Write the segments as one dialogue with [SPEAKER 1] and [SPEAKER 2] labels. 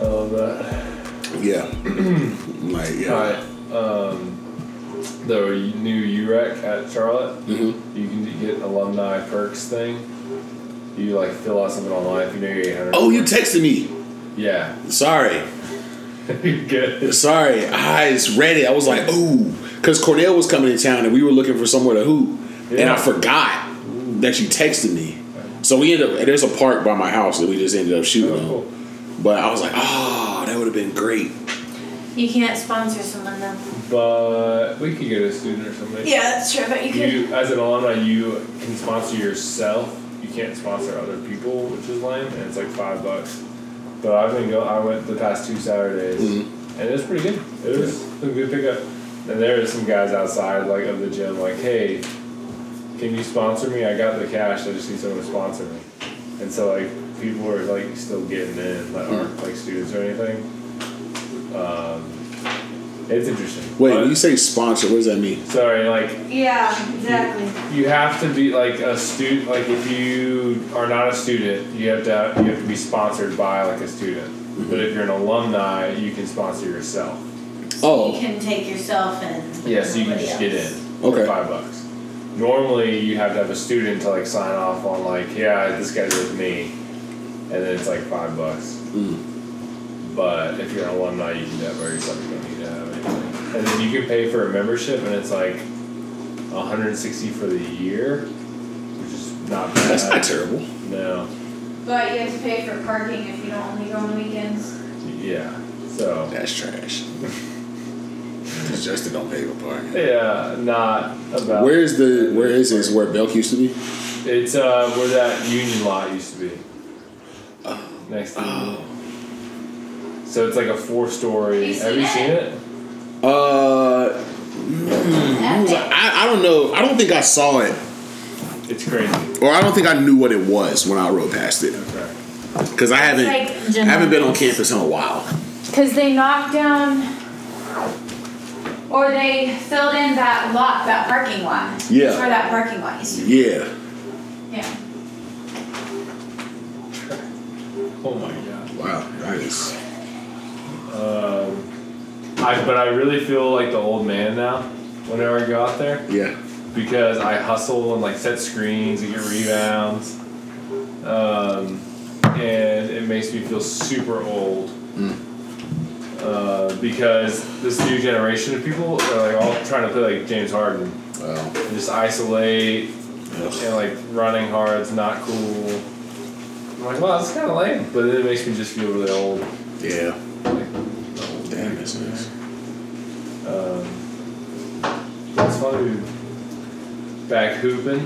[SPEAKER 1] of that.
[SPEAKER 2] Yeah. like yeah.
[SPEAKER 1] Right. Um, the new UREC at Charlotte,
[SPEAKER 2] Mhm.
[SPEAKER 1] you can get an alumni perks thing. You like fill out something online if you know you're 800.
[SPEAKER 2] Oh, you texted me.
[SPEAKER 1] yeah,
[SPEAKER 2] Sorry.
[SPEAKER 1] you get it.
[SPEAKER 2] Sorry, I just read it. I was like, ooh, because Cordell was coming to town and we were looking for somewhere to hoop, and
[SPEAKER 1] Yeah.
[SPEAKER 2] I forgot that you texted me. So we ended up there's a park by my house that we just ended up shooting
[SPEAKER 1] Oh,
[SPEAKER 2] on.
[SPEAKER 1] cool.
[SPEAKER 2] But I was like, oh, that would have been great.
[SPEAKER 3] You can't sponsor someone though.
[SPEAKER 1] But we could get a student or somebody.
[SPEAKER 3] Yeah, that's true. But you could.
[SPEAKER 1] You, as an alumni, you can sponsor yourself. You can't sponsor other people, which is lame, and it's like five bucks. But I've been go. I went the past two Saturdays,
[SPEAKER 2] Mm-hmm.
[SPEAKER 1] and it was pretty good. It was a good pickup. And there is some guys outside, like of the gym, like, "Hey, can you sponsor me? I got the cash. I just need someone to sponsor me." And so like people are like still getting in, like
[SPEAKER 2] Mm-hmm.
[SPEAKER 1] aren't like students or anything. Um, it's interesting.
[SPEAKER 2] Wait,
[SPEAKER 1] But-
[SPEAKER 2] when you say sponsor, what does that mean?
[SPEAKER 1] sorry, like
[SPEAKER 3] Yeah, exactly.
[SPEAKER 1] you have to be like a student. Like if you are not a student, you have to you have to be sponsored by like a student. But if you're an alumni, you can sponsor yourself.
[SPEAKER 3] You
[SPEAKER 2] Oh,
[SPEAKER 3] can take yourself and.
[SPEAKER 1] Yeah, so you can
[SPEAKER 3] nobody
[SPEAKER 1] just
[SPEAKER 3] else.
[SPEAKER 1] get in for
[SPEAKER 2] Okay.
[SPEAKER 1] five bucks. Normally, you have to have a student to like sign off on like, yeah, this guy's with me, and then it's like five bucks.
[SPEAKER 2] mm,
[SPEAKER 1] But if you're an alumni, you can do that by yourself. You don't need to have anything. And then you can pay for a membership, and it's like 160 for the year, which is not bad.
[SPEAKER 2] that's not terrible.
[SPEAKER 1] No.
[SPEAKER 4] But you have to pay for parking if you don't only go on the weekends.
[SPEAKER 1] Yeah. So
[SPEAKER 2] That's trash. It's just that don't pay for parking.
[SPEAKER 1] yeah, not about.
[SPEAKER 2] Where is the where is this where Belk used to be?
[SPEAKER 1] It's uh where that union lot used to be. Next to
[SPEAKER 2] Oh.
[SPEAKER 1] So it's like a four story.
[SPEAKER 4] You seen
[SPEAKER 1] Have you
[SPEAKER 4] it?
[SPEAKER 1] seen it?
[SPEAKER 2] Uh, I, was- I, I don't know. I don't think I saw it.
[SPEAKER 1] It's crazy.
[SPEAKER 2] or I don't think I knew what it was when I rode past it
[SPEAKER 1] Okay.
[SPEAKER 2] because I haven't
[SPEAKER 3] Like
[SPEAKER 2] I haven't been on campus in a while.
[SPEAKER 4] Because they knocked down, or they filled in that lot, that parking lot.
[SPEAKER 2] Yeah.
[SPEAKER 4] That's where that parking lot is.
[SPEAKER 2] Yeah,
[SPEAKER 4] Yeah.
[SPEAKER 1] Oh my god.
[SPEAKER 2] wow, that is
[SPEAKER 1] Um, I but I really feel like the old man now. Whenever I go out there,
[SPEAKER 2] yeah.
[SPEAKER 1] because I hustle and like set screens and get rebounds, um, and it makes me feel super old. Uh, because this new generation of people are like all trying to play like James Harden,
[SPEAKER 2] Wow.
[SPEAKER 1] and just isolate and like running hard's not cool. I'm like, wow, that's kind of lame, but then it makes me just feel really old.
[SPEAKER 2] Yeah.
[SPEAKER 1] Like,
[SPEAKER 2] Damn, that's nice.
[SPEAKER 1] um, that's why we back hooping.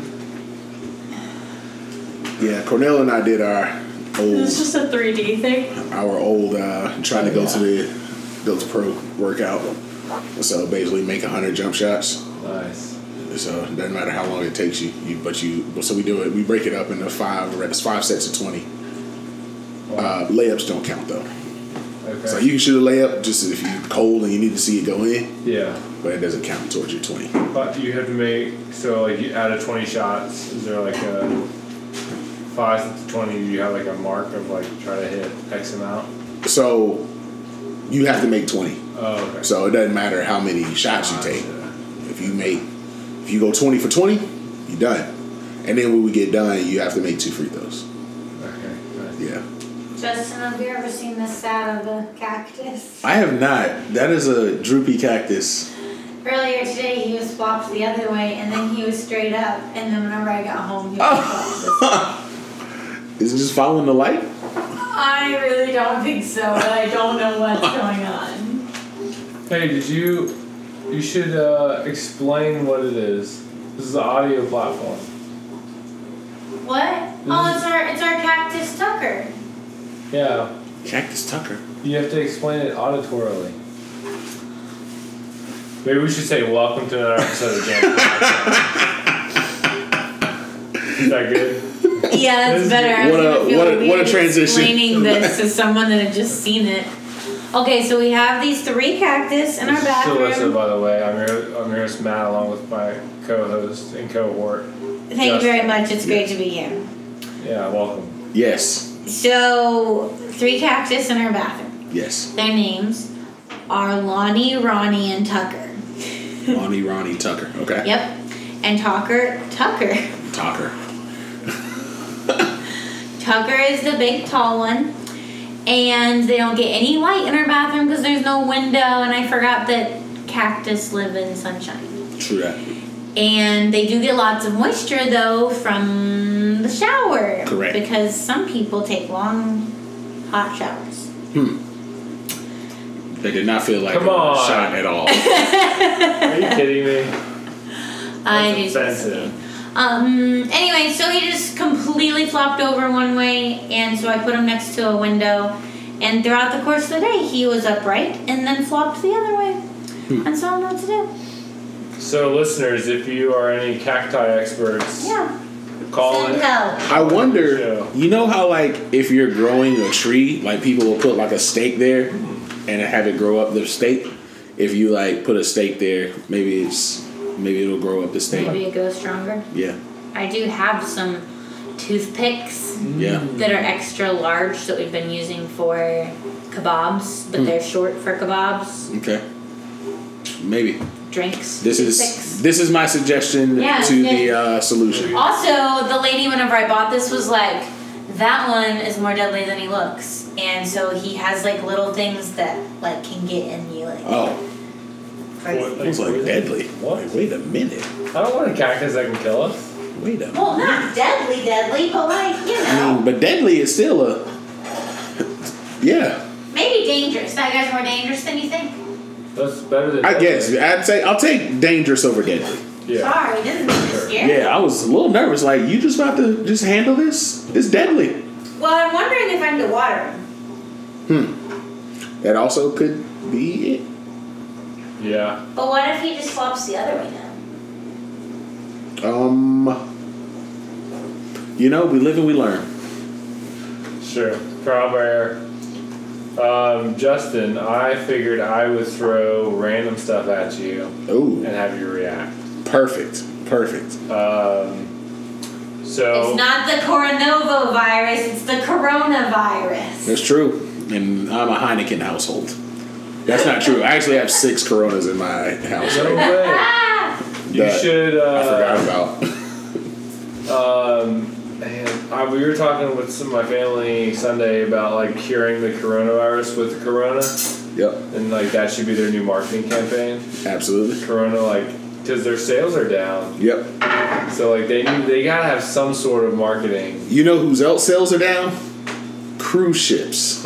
[SPEAKER 2] Yeah, Cornell and I did our
[SPEAKER 3] It's
[SPEAKER 2] old
[SPEAKER 3] just a 3D thing.
[SPEAKER 2] our old uh, trying to go to the go to pro workout. So basically, make hundred jump shots.
[SPEAKER 1] Nice.
[SPEAKER 2] So it doesn't matter how long it takes you, you but you so we do it. We break it up into five it's five sets of twenty. Uh, layups don't count though.
[SPEAKER 1] Okay.
[SPEAKER 2] So you can shoot a layup just if you're cold and you need to see it go in,
[SPEAKER 1] yeah,
[SPEAKER 2] but it doesn't count towards your 20.
[SPEAKER 1] but you have to make so like you- out of twenty shots, is there like a five to twenty? Do you have like a mark of like try to hit X amount?
[SPEAKER 2] So you have to make 20.
[SPEAKER 1] Oh, okay.
[SPEAKER 2] So it doesn't matter how many shots you take. If you make, if you go 20 for 20, you're done. And then when we get done, you have to make two free throws.
[SPEAKER 1] Okay. nice.
[SPEAKER 2] Yeah.
[SPEAKER 3] Justin, have you ever seen the side of a cactus?
[SPEAKER 2] I have not. That is a droopy cactus.
[SPEAKER 3] Earlier today, he was flopped the other way, and then he was straight up. And then whenever I got home, he was
[SPEAKER 2] Oh.
[SPEAKER 3] flopped.
[SPEAKER 2] Is it just following the light?
[SPEAKER 3] I really don't think so, but I don't know what's going on.
[SPEAKER 1] Hey, did you? You should uh, explain what it is. This is an audio platform.
[SPEAKER 3] What? Oh, it's our it's our cactus Tucker.
[SPEAKER 1] Yeah,
[SPEAKER 2] Cactus Tucker.
[SPEAKER 1] you have to explain it auditorily. Maybe we should say welcome to another episode of Jam. is that good?
[SPEAKER 3] Yeah, that's
[SPEAKER 1] This-
[SPEAKER 3] better. I was
[SPEAKER 2] What a-
[SPEAKER 3] gonna feel
[SPEAKER 2] what a-
[SPEAKER 3] weird
[SPEAKER 2] what a transition.
[SPEAKER 3] Explaining this to someone that had just seen it. Okay, so we have these three cactus in our
[SPEAKER 1] This is
[SPEAKER 3] bathroom.
[SPEAKER 1] Alyssa, by the way. I'm your, I'm your host, Matt, along with my co-host and cohort.
[SPEAKER 3] Thank you very much. It's great to be here.
[SPEAKER 1] Yeah, welcome.
[SPEAKER 2] Yes.
[SPEAKER 3] So, three cactus in our bathroom.
[SPEAKER 2] Yes.
[SPEAKER 3] Their names are Lonnie, Ronnie, and Tucker.
[SPEAKER 2] Lonnie, Ronnie, Tucker. Okay.
[SPEAKER 3] Yep. And Tucker, Tucker.
[SPEAKER 2] Tucker.
[SPEAKER 3] Tucker is the big tall one. And they don't get any light in our bathroom because there's no window. And I forgot that cactus live in sunshine.
[SPEAKER 2] True that.
[SPEAKER 3] And they do get lots of moisture though from the shower.
[SPEAKER 2] Correct.
[SPEAKER 3] Because some people take long hot showers.
[SPEAKER 2] They did not feel like
[SPEAKER 1] Come
[SPEAKER 2] a
[SPEAKER 1] on.
[SPEAKER 2] shot at all.
[SPEAKER 1] Are you kidding me?
[SPEAKER 3] I do
[SPEAKER 1] That's offensive.
[SPEAKER 3] Um. Anyway, so he just completely flopped over one way, and so I put him next to a window. And throughout the course of the day, he was upright and then flopped the other way.
[SPEAKER 1] Hmm.
[SPEAKER 3] And so I don't know what to do.
[SPEAKER 1] So, listeners, if you are any cacti experts,
[SPEAKER 3] Yeah.
[SPEAKER 1] call in.
[SPEAKER 3] Bingo.
[SPEAKER 2] I wonder,
[SPEAKER 1] Yeah.
[SPEAKER 2] you know how like if you're growing a tree, like people will put like a stake there
[SPEAKER 1] Hmm.
[SPEAKER 2] and have it grow up the stake. If you like put a stake there, maybe it's maybe it'll grow up the stake.
[SPEAKER 3] Maybe it goes stronger.
[SPEAKER 2] Yeah,
[SPEAKER 3] I do have some toothpicks
[SPEAKER 2] yeah.
[SPEAKER 3] that are extra large that we've been using for kebabs, but they're short for
[SPEAKER 1] Hmm.
[SPEAKER 3] kebabs,
[SPEAKER 2] Okay, maybe
[SPEAKER 3] drinks.
[SPEAKER 2] this
[SPEAKER 3] toothpicks.
[SPEAKER 2] is this is my suggestion
[SPEAKER 3] Yeah,
[SPEAKER 2] to
[SPEAKER 3] yeah.
[SPEAKER 2] the uh, solution.
[SPEAKER 3] Also, the lady, whenever I bought this, was like, that one is more deadly than he looks. And so he has like little things that like can get in you. Like,
[SPEAKER 2] Oh,
[SPEAKER 1] What,
[SPEAKER 2] that was like
[SPEAKER 1] poison?
[SPEAKER 2] deadly.
[SPEAKER 1] What?
[SPEAKER 2] Like, wait a minute.
[SPEAKER 1] I don't want a cactus that can kill us.
[SPEAKER 2] Wait a.
[SPEAKER 3] Well, not deadly, deadly, but like, you
[SPEAKER 2] I mean,
[SPEAKER 3] know,
[SPEAKER 2] but deadly is still a. yeah.
[SPEAKER 3] maybe dangerous. That guy's more dangerous than you think.
[SPEAKER 1] That's better than.
[SPEAKER 2] I guess I'd say I'll take dangerous over deadly.
[SPEAKER 1] Yeah.
[SPEAKER 3] Sorry, doesn't make you scared.
[SPEAKER 2] Yeah, I was a little nervous. Like you just about to just handle this? It's deadly.
[SPEAKER 3] Well, I'm wondering if I'm to water him.
[SPEAKER 2] That also could be it.
[SPEAKER 1] Yeah.
[SPEAKER 3] But what if he just flops the other way now?
[SPEAKER 2] Um, you know, we live and we learn.
[SPEAKER 1] Sure. Trial by error. Um, Justin, I figured I would throw random stuff at you and
[SPEAKER 2] Oh,
[SPEAKER 1] have you react.
[SPEAKER 2] perfect, perfect.
[SPEAKER 1] Um,
[SPEAKER 2] Oh.
[SPEAKER 1] so.
[SPEAKER 3] It's not the coronavirus, virus, it's the coronavirus.
[SPEAKER 2] That's true. And I'm a Heineken household. That's not true. I actually have six Coronas in my house.
[SPEAKER 1] no
[SPEAKER 2] Right now.
[SPEAKER 1] way.
[SPEAKER 3] Ah!
[SPEAKER 1] You
[SPEAKER 2] That
[SPEAKER 1] should.
[SPEAKER 2] I forgot
[SPEAKER 1] Uh,
[SPEAKER 2] about.
[SPEAKER 1] um, man, I, we were talking with some of my family Sunday about like curing the coronavirus with the corona,
[SPEAKER 2] Yep,
[SPEAKER 1] and like that should be their new marketing campaign.
[SPEAKER 2] absolutely.
[SPEAKER 1] Corona, like, because their sales are down,
[SPEAKER 2] Yep.
[SPEAKER 1] so like they need, they gotta have some sort of marketing.
[SPEAKER 2] You know whose else sales are down? Cruise ships.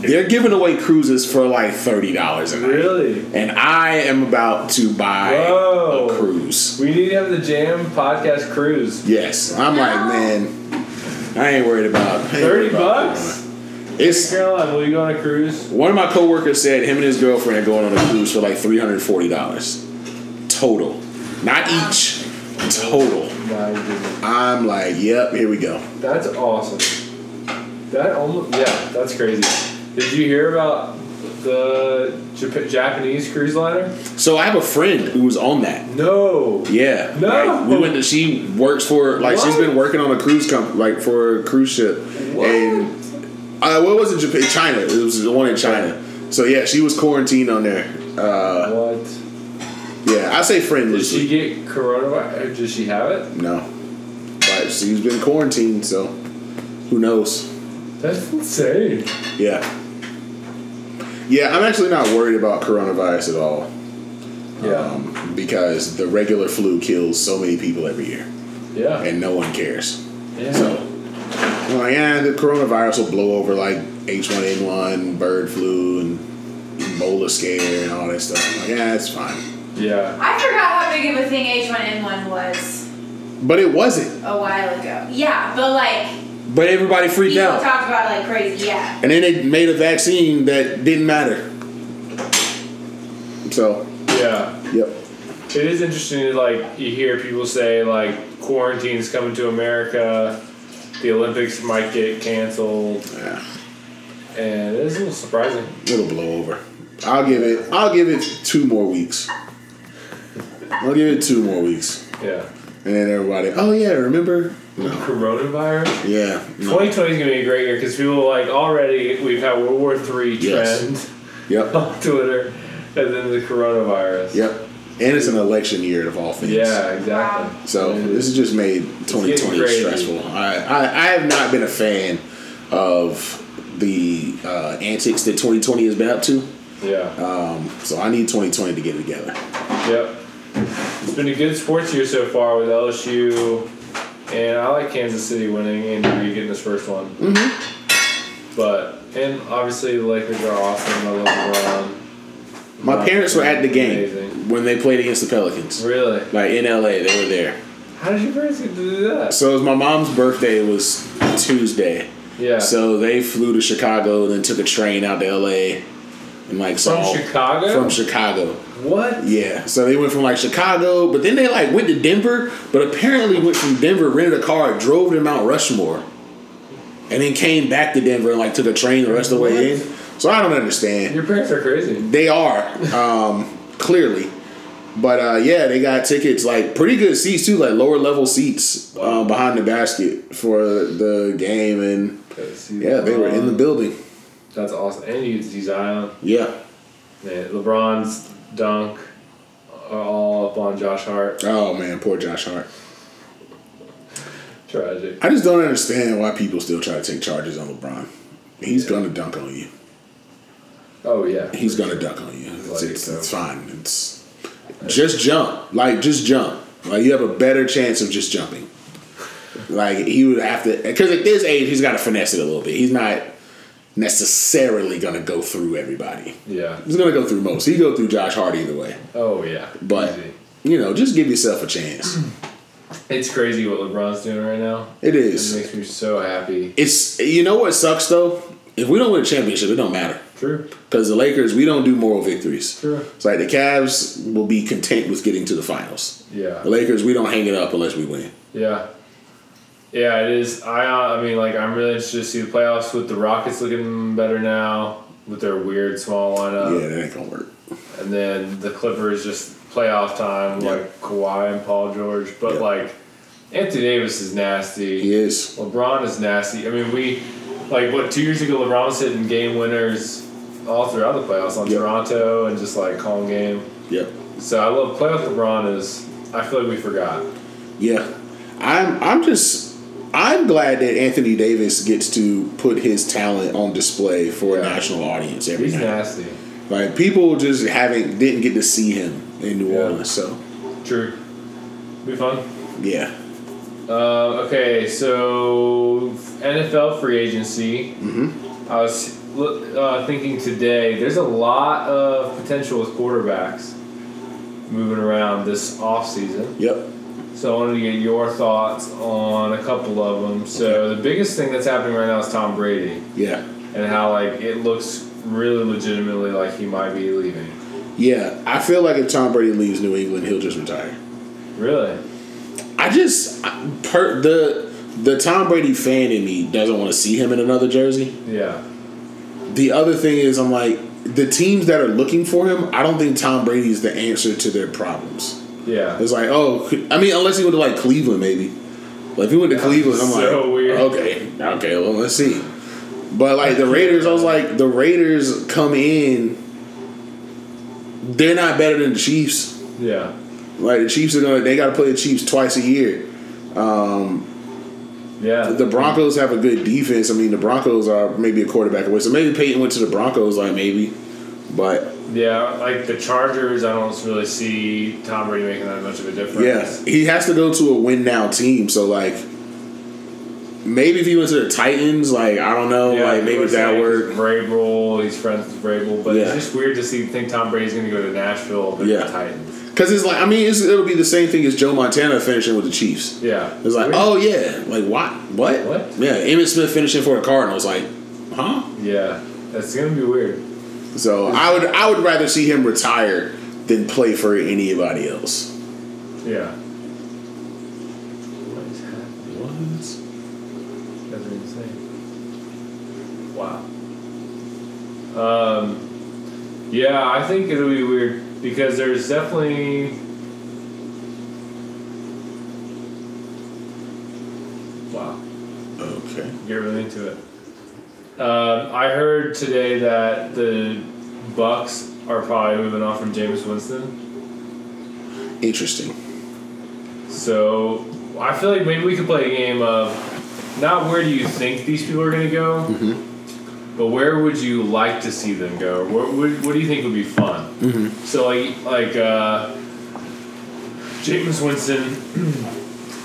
[SPEAKER 2] They're giving away cruises for like thirty dollars a night.
[SPEAKER 1] really,
[SPEAKER 2] and I am about to buy
[SPEAKER 1] Whoa.
[SPEAKER 2] a cruise.
[SPEAKER 1] we need to have the Jam podcast cruise.
[SPEAKER 2] Yes, I'm like,
[SPEAKER 3] No.
[SPEAKER 2] man, I ain't worried about I ain't
[SPEAKER 1] Thirty
[SPEAKER 2] worried about
[SPEAKER 1] bucks.
[SPEAKER 2] Corona. It's
[SPEAKER 1] Caroline, will you go on a cruise?
[SPEAKER 2] one of my coworkers said him and his girlfriend are going on a cruise for like three hundred forty dollars total, not each, total.
[SPEAKER 1] No, you didn't.
[SPEAKER 2] I'm like, yep, here we go.
[SPEAKER 1] That's awesome. That almost yeah, that's crazy. Did you hear about the Jap- Japanese cruise liner?
[SPEAKER 2] So I have a friend who was on that.
[SPEAKER 1] No.
[SPEAKER 2] Yeah.
[SPEAKER 1] No.
[SPEAKER 2] Like, we went to. She works for like she's
[SPEAKER 1] What?
[SPEAKER 2] been working on a cruise comp like for a cruise ship.
[SPEAKER 1] What?
[SPEAKER 2] And uh, what was it? Japan, China. It was the one in China. So yeah, she was quarantined on there. Uh,
[SPEAKER 1] What?
[SPEAKER 2] yeah, I say friend
[SPEAKER 1] Did she
[SPEAKER 2] loosely.
[SPEAKER 1] get coronavirus? Did she have it?
[SPEAKER 2] No, but she's been quarantined, so who knows?
[SPEAKER 1] That's insane.
[SPEAKER 2] Yeah. Yeah, I'm actually not worried about coronavirus at all
[SPEAKER 1] Yeah.
[SPEAKER 2] um, because the regular flu kills so many people every year,
[SPEAKER 1] yeah.
[SPEAKER 2] and no one cares.
[SPEAKER 1] Yeah.
[SPEAKER 2] So, I'm like, yeah, the coronavirus will blow over like H1N1, bird flu, and Ebola scare, and all that stuff. I'm like, yeah, it's fine.
[SPEAKER 1] yeah.
[SPEAKER 4] I forgot how big of a thing H1N1 was
[SPEAKER 2] But it wasn't.
[SPEAKER 4] a while ago. Yeah, but like
[SPEAKER 2] But everybody freaked
[SPEAKER 4] people
[SPEAKER 2] out.
[SPEAKER 4] talked about it like crazy. Yeah.
[SPEAKER 2] And then they made a vaccine that didn't matter. So,
[SPEAKER 1] Yeah.
[SPEAKER 2] yep.
[SPEAKER 1] It is interesting to like you hear people say like quarantine's coming to America, the Olympics might get canceled,
[SPEAKER 2] Yeah,
[SPEAKER 1] and it is a little surprising.
[SPEAKER 2] it'll blow over. I'll give it. I'll give it two more weeks. I'll give it two more weeks,
[SPEAKER 1] Yeah.
[SPEAKER 2] and then everybody. Oh yeah, remember
[SPEAKER 1] Coronavirus.
[SPEAKER 2] Yeah. No.
[SPEAKER 1] 2020 is gonna be a great year because people like already we've had World War Three
[SPEAKER 2] Yes.
[SPEAKER 1] trend
[SPEAKER 2] Yep.
[SPEAKER 1] on Twitter, and then the coronavirus.
[SPEAKER 2] Yep. And it's an election year of all things.
[SPEAKER 1] Yeah, exactly.
[SPEAKER 2] So this has just made 2020
[SPEAKER 1] crazy.
[SPEAKER 2] stressful. I, I I have not been a fan of the uh, antics that 2020 has been up to.
[SPEAKER 1] Yeah.
[SPEAKER 2] Um, so I need 2020 to get it together.
[SPEAKER 1] Yep. It's been a good sports year so far with LSU, and I like Kansas City winning and Reed getting his first one. Mm-hmm. But and obviously the Lakers are awesome. I love LeBron.
[SPEAKER 2] My parents were at the game
[SPEAKER 1] Amazing.
[SPEAKER 2] when they played against the Pelicans.
[SPEAKER 1] Really?
[SPEAKER 2] Like in LA, they were there.
[SPEAKER 1] How did your parents get to do that?
[SPEAKER 2] So it was my mom's birthday was Tuesday.
[SPEAKER 1] Yeah.
[SPEAKER 2] So they flew to Chicago, then took a train out to LA, and like
[SPEAKER 1] from
[SPEAKER 2] saw
[SPEAKER 1] Chicago.
[SPEAKER 2] From Chicago.
[SPEAKER 1] what?
[SPEAKER 2] Yeah, so they went from like Chicago, but then they like went to Denver, but apparently went from Denver, rented a car, drove to Mount Rushmore, and then came back to Denver and like took a train the rest of the way in. So I don't understand.
[SPEAKER 1] Your parents are crazy.
[SPEAKER 2] They are um, clearly, but uh, yeah, they got tickets like pretty good seats too, like lower level seats uh, behind the basket for the game, and yeah, they were in
[SPEAKER 1] Uh.
[SPEAKER 2] the building.
[SPEAKER 1] Um, That's awesome. And you get to see Zion.
[SPEAKER 2] Yeah.
[SPEAKER 1] Man, LeBron's dunk are all up on Josh Hart.
[SPEAKER 2] Oh man, poor Josh Hart.
[SPEAKER 1] Tragic.
[SPEAKER 2] I just don't understand why people still try to take charges on LeBron. He's gonna dunk on you.
[SPEAKER 1] Oh yeah.
[SPEAKER 2] He's gonna dunk on you. It's,
[SPEAKER 1] Like,
[SPEAKER 2] it's,
[SPEAKER 1] so-
[SPEAKER 2] it's fine. It's just jump. Like just jump. Like you have a better chance of just jumping. Like he would have to because at this age he's got to finesse it a little bit. He's not necessarily gonna go through everybody.
[SPEAKER 1] Yeah.
[SPEAKER 2] He's gonna go through most. He go through Josh Hart either way.
[SPEAKER 1] Oh yeah.
[SPEAKER 2] But
[SPEAKER 1] Easy.
[SPEAKER 2] you know, just give yourself a chance.
[SPEAKER 1] It's crazy what LeBron's doing right now.
[SPEAKER 2] It
[SPEAKER 1] It
[SPEAKER 2] is.
[SPEAKER 1] makes me so happy.
[SPEAKER 2] It's you know what sucks though. If we don't win a championship, it don't matter.
[SPEAKER 1] True.
[SPEAKER 2] Because the Lakers, we don't do moral victories.
[SPEAKER 1] True.
[SPEAKER 2] It's like the Cavs will be content with getting to the finals.
[SPEAKER 1] Yeah.
[SPEAKER 2] The Lakers, we don't hang it up unless we win.
[SPEAKER 1] Yeah. Yeah, it is. I uh, I mean, like, I'm really interested to see the playoffs with the Rockets looking better now with their weird small lineup,
[SPEAKER 2] yeah, that ain't gonna work.
[SPEAKER 1] and then the Clippers just playoff time
[SPEAKER 2] Yeah.
[SPEAKER 1] like Kawhi and Paul George, but
[SPEAKER 2] Yeah.
[SPEAKER 1] like Anthony Davis is nasty.
[SPEAKER 2] He is.
[SPEAKER 1] LeBron is nasty. I mean, we like what two years ago LeBron was hitting game winners all throughout the playoffs on
[SPEAKER 2] Yeah.
[SPEAKER 1] Toronto and just like calm game.
[SPEAKER 2] Yep.
[SPEAKER 1] So I love playoff LeBron is. I feel like we forgot.
[SPEAKER 2] Yeah. I'm. I'm just. I'm glad that Anthony Davis gets to put his talent on display for a
[SPEAKER 1] Yeah.
[SPEAKER 2] national audience every
[SPEAKER 1] He's
[SPEAKER 2] night.
[SPEAKER 1] nasty.
[SPEAKER 2] Like people just haven't didn't get to see him in New
[SPEAKER 1] Yeah.
[SPEAKER 2] Orleans. So
[SPEAKER 1] True. Be fun.
[SPEAKER 2] yeah.
[SPEAKER 1] Uh, okay, so NFL free agency. Mm-hmm. I was uh, thinking today. There's a lot of potential with quarterbacks moving around this off season.
[SPEAKER 2] Yep.
[SPEAKER 1] So I wanted to get your thoughts on a couple of them. So the biggest thing that's happening right now is Tom Brady
[SPEAKER 2] Yeah.
[SPEAKER 1] and how like it looks really legitimately like he might be leaving.
[SPEAKER 2] Yeah. I feel like if Tom Brady leaves New England, he'll just retire.
[SPEAKER 1] Really?
[SPEAKER 2] I just I- per the the Tom Brady fan in me doesn't want to see him in another jersey.
[SPEAKER 1] Yeah.
[SPEAKER 2] The other thing is I'm like the teams that are looking for him, I don't think Tom Brady is the answer to their problems.
[SPEAKER 1] Yeah.
[SPEAKER 2] It's like, oh, I mean, unless he went to like Cleveland, maybe. Like if he went to Cleveland, I'm
[SPEAKER 1] so
[SPEAKER 2] like,
[SPEAKER 1] weird.
[SPEAKER 2] okay, okay, well, let's see. But like the Raiders, I was like, the Raiders come in, they're not better than the Chiefs.
[SPEAKER 1] Yeah.
[SPEAKER 2] Like the Chiefs are gonna, they got to play the Chiefs twice a year.
[SPEAKER 1] Yeah.
[SPEAKER 2] The Broncos have a good defense. I mean, the Broncos are maybe a quarterback away. So maybe Peyton went to the Broncos, like maybe. But
[SPEAKER 1] Yeah. Like the Chargers, I don't really see Tom Brady making that much of a
[SPEAKER 2] yeah,
[SPEAKER 1] difference.
[SPEAKER 2] he has to go to a win now team. So like, maybe if he went to the Titans, like I don't know, like maybe that
[SPEAKER 1] works.
[SPEAKER 2] work.
[SPEAKER 1] Vrabel, he's friends with Vrabel, but
[SPEAKER 2] Yeah.
[SPEAKER 1] it's just weird to see think Tom Brady's going to go to Nashville and
[SPEAKER 2] Yeah.
[SPEAKER 1] the Titans.
[SPEAKER 2] Because it's like I mean, it's, it'll be the same thing as Joe Montana finishing with the Chiefs.
[SPEAKER 1] Yeah,
[SPEAKER 2] It's like,
[SPEAKER 1] Weird.
[SPEAKER 2] oh yeah, like what, what,
[SPEAKER 1] What?
[SPEAKER 2] Yeah, Emmitt Smith finishing for the Cardinals, like, huh?
[SPEAKER 1] yeah, that's going to be weird.
[SPEAKER 2] So I would I would rather see him retire than play for anybody else.
[SPEAKER 1] Yeah. What is happening?
[SPEAKER 2] What?
[SPEAKER 1] That's insane. Wow. Um, yeah, I think it'll be weird because there's definitely. Um, I heard today that the Bucks are probably moving on from James Winston.
[SPEAKER 2] Interesting.
[SPEAKER 1] So I feel like maybe we could play a game of not where do you think these people are going to go,
[SPEAKER 2] Mm-hmm.
[SPEAKER 1] but where would you like to see them go? What, what, what do you think would be fun?
[SPEAKER 2] Mm-hmm.
[SPEAKER 1] So like like uh, James Winston,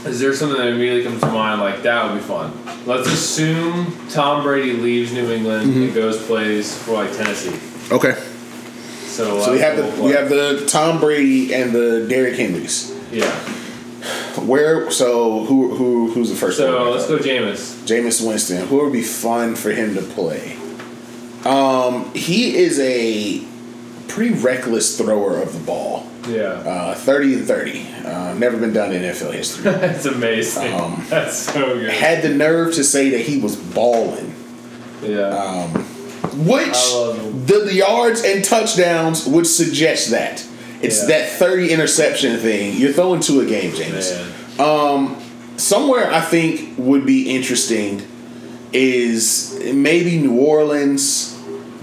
[SPEAKER 1] is there something that immediately comes to mind? Like that would be fun. Let's assume Tom Brady leaves New England
[SPEAKER 2] Mm-hmm.
[SPEAKER 1] and goes plays for like Tennessee.
[SPEAKER 2] Okay.
[SPEAKER 1] So,
[SPEAKER 2] So we
[SPEAKER 1] uh,
[SPEAKER 2] have
[SPEAKER 1] we'll
[SPEAKER 2] the
[SPEAKER 1] play.
[SPEAKER 2] we have the Tom Brady and the Derrick Henrys.
[SPEAKER 1] yeah.
[SPEAKER 2] Where so who who who's the first?
[SPEAKER 1] So
[SPEAKER 2] one?
[SPEAKER 1] let's go Jameis.
[SPEAKER 2] Jameis Winston. Who would be fun for him to play? Um, he is a pretty reckless thrower of the ball.
[SPEAKER 1] Yeah.
[SPEAKER 2] Uh, thirty and thirty. Uh, never been done in NFL history.
[SPEAKER 1] That's amazing.
[SPEAKER 2] Um,
[SPEAKER 1] That's so good.
[SPEAKER 2] Had the nerve to say that he was balling.
[SPEAKER 1] Yeah.
[SPEAKER 2] Which
[SPEAKER 1] I love him.
[SPEAKER 2] the yards and touchdowns would suggest that. It's
[SPEAKER 1] Yeah.
[SPEAKER 2] that 30 interception thing. You're throwing two a game, James.
[SPEAKER 1] Man.
[SPEAKER 2] Somewhere I think would be interesting is maybe New Orleans,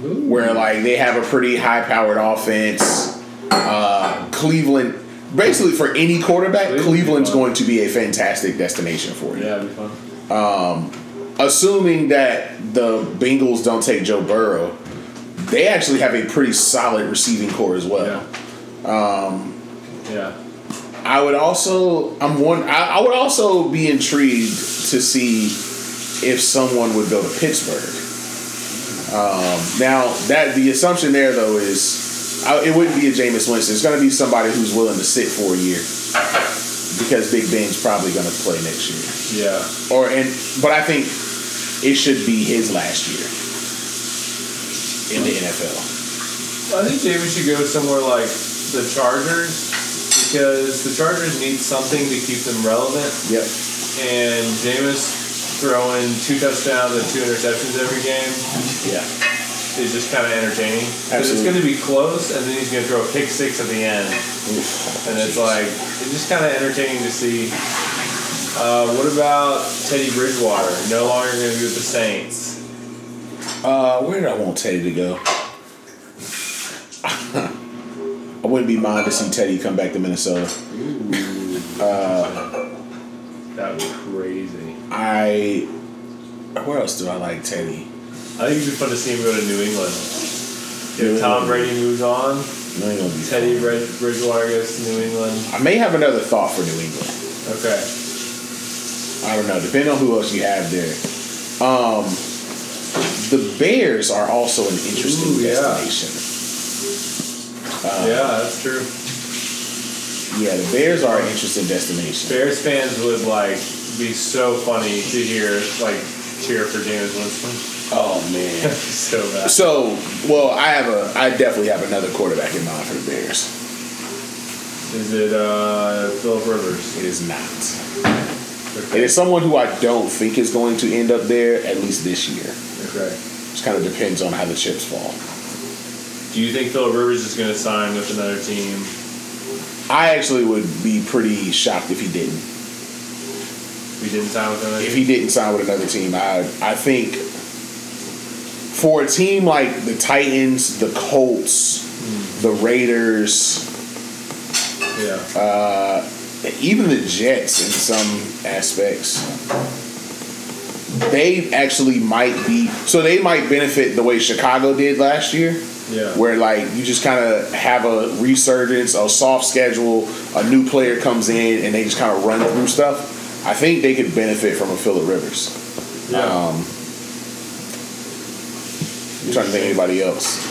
[SPEAKER 2] where like they have a pretty high powered offense. Uh, Cleveland, basically for any quarterback,
[SPEAKER 1] Cleveland.
[SPEAKER 2] Cleveland's going to be a fantastic destination for you.
[SPEAKER 1] Yeah, it'd be fun.
[SPEAKER 2] assuming that the Bengals don't take Joe Burrow, they actually have a pretty solid receiving core as well.
[SPEAKER 1] Yeah. Um, yeah.
[SPEAKER 2] I would also, I'm one. I, I would also be intrigued to see if someone would go to Pittsburgh. Um, now that the assumption there though is, I, it wouldn't be a Jameis Winston. It's going to be somebody who's willing to sit for a year because Big Ben's probably going to play next year.
[SPEAKER 1] Yeah.
[SPEAKER 2] or and but I think it should be his last year in the NFL.
[SPEAKER 1] I think Jameis should go somewhere like the Chargers because the Chargers need something to keep them relevant.
[SPEAKER 2] Yep.
[SPEAKER 1] And Jameis throwing two touchdowns and two interceptions every game
[SPEAKER 2] Yeah.
[SPEAKER 1] is just kind of entertaining. Because it's
[SPEAKER 2] Absolutely.
[SPEAKER 1] going to be close, and then he's going to throw a pick six at the end.
[SPEAKER 2] Oof.
[SPEAKER 1] and it's like it's just kind of entertaining to see. Uh, what about Teddy Bridgewater? No longer going to be with the Saints.
[SPEAKER 2] uh, where did I want Teddy to go? I wouldn't be mind to see Teddy come back to Minnesota.
[SPEAKER 1] That would be crazy.
[SPEAKER 2] I where else do I like Teddy?
[SPEAKER 1] I think it'd be fun to see him go to New England.
[SPEAKER 2] New
[SPEAKER 1] If Tom
[SPEAKER 2] England.
[SPEAKER 1] Brady moves on,
[SPEAKER 2] No, he don't be-
[SPEAKER 1] Teddy Brid- Bridgewater goes to New England.
[SPEAKER 2] I may have another thought for New England.
[SPEAKER 1] Okay.
[SPEAKER 2] I don't know. Depending on who else you have there. Um, the Bears are also an interesting
[SPEAKER 1] Ooh, yeah.
[SPEAKER 2] destination.
[SPEAKER 1] yeah, that's true.
[SPEAKER 2] Yeah, the Bears are an interesting destination.
[SPEAKER 1] Bears fans would like be so funny to hear like cheer for James Winston.
[SPEAKER 2] Oh man.
[SPEAKER 1] so bad.
[SPEAKER 2] so, well, I have a, I definitely have another quarterback in mind for the Bears.
[SPEAKER 1] Is it uh, Philip Rivers?
[SPEAKER 2] It is not. It is someone who I don't think is going to end up there at least this year.
[SPEAKER 1] Okay.
[SPEAKER 2] Just kind of depends on how the chips fall.
[SPEAKER 1] Do you think Philip Rivers is going to sign with another team?
[SPEAKER 2] I actually would be pretty shocked if he didn't.
[SPEAKER 1] If he didn't sign with another
[SPEAKER 2] If
[SPEAKER 1] team?
[SPEAKER 2] he didn't sign with another team, I I think for a team like the Titans, the Colts, the Raiders, uh,
[SPEAKER 1] Yeah.
[SPEAKER 2] even the Jets in some aspects, they actually might be so they might benefit the way Chicago did last year,
[SPEAKER 1] Yeah.
[SPEAKER 2] where like you just kind of have a resurgence, a soft schedule, a new player comes in, and they just kind of run through stuff. I think they could benefit from a Phillip Rivers.
[SPEAKER 1] yeah.
[SPEAKER 2] Um, I'm trying to think of anybody else.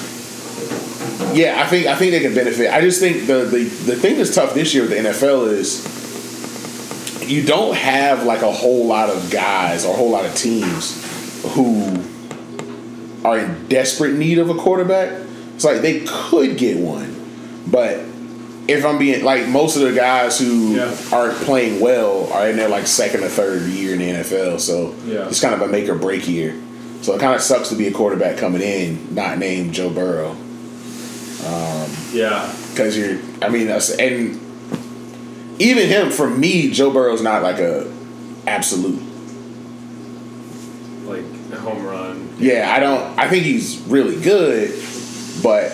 [SPEAKER 2] Yeah, I think I think they can benefit. I just think the, the the thing that's tough this year with the NFL is you don't have like a whole lot of guys or a whole lot of teams who are in desperate need of a quarterback. It's like they could get one, but if I'm being like most of the guys who
[SPEAKER 1] Yeah.
[SPEAKER 2] aren't playing well are in their like second or third year in the NFL, so
[SPEAKER 1] Yeah.
[SPEAKER 2] it's kind of a make or break year. So it kind of sucks to be a quarterback coming in not named Joe Burrow
[SPEAKER 1] yeah.
[SPEAKER 2] because you're. I mean, that's, and even him for me, Joe Burrow's not like a absolute.
[SPEAKER 1] Like, home run.
[SPEAKER 2] Yeah, I don't. I think he's really good, but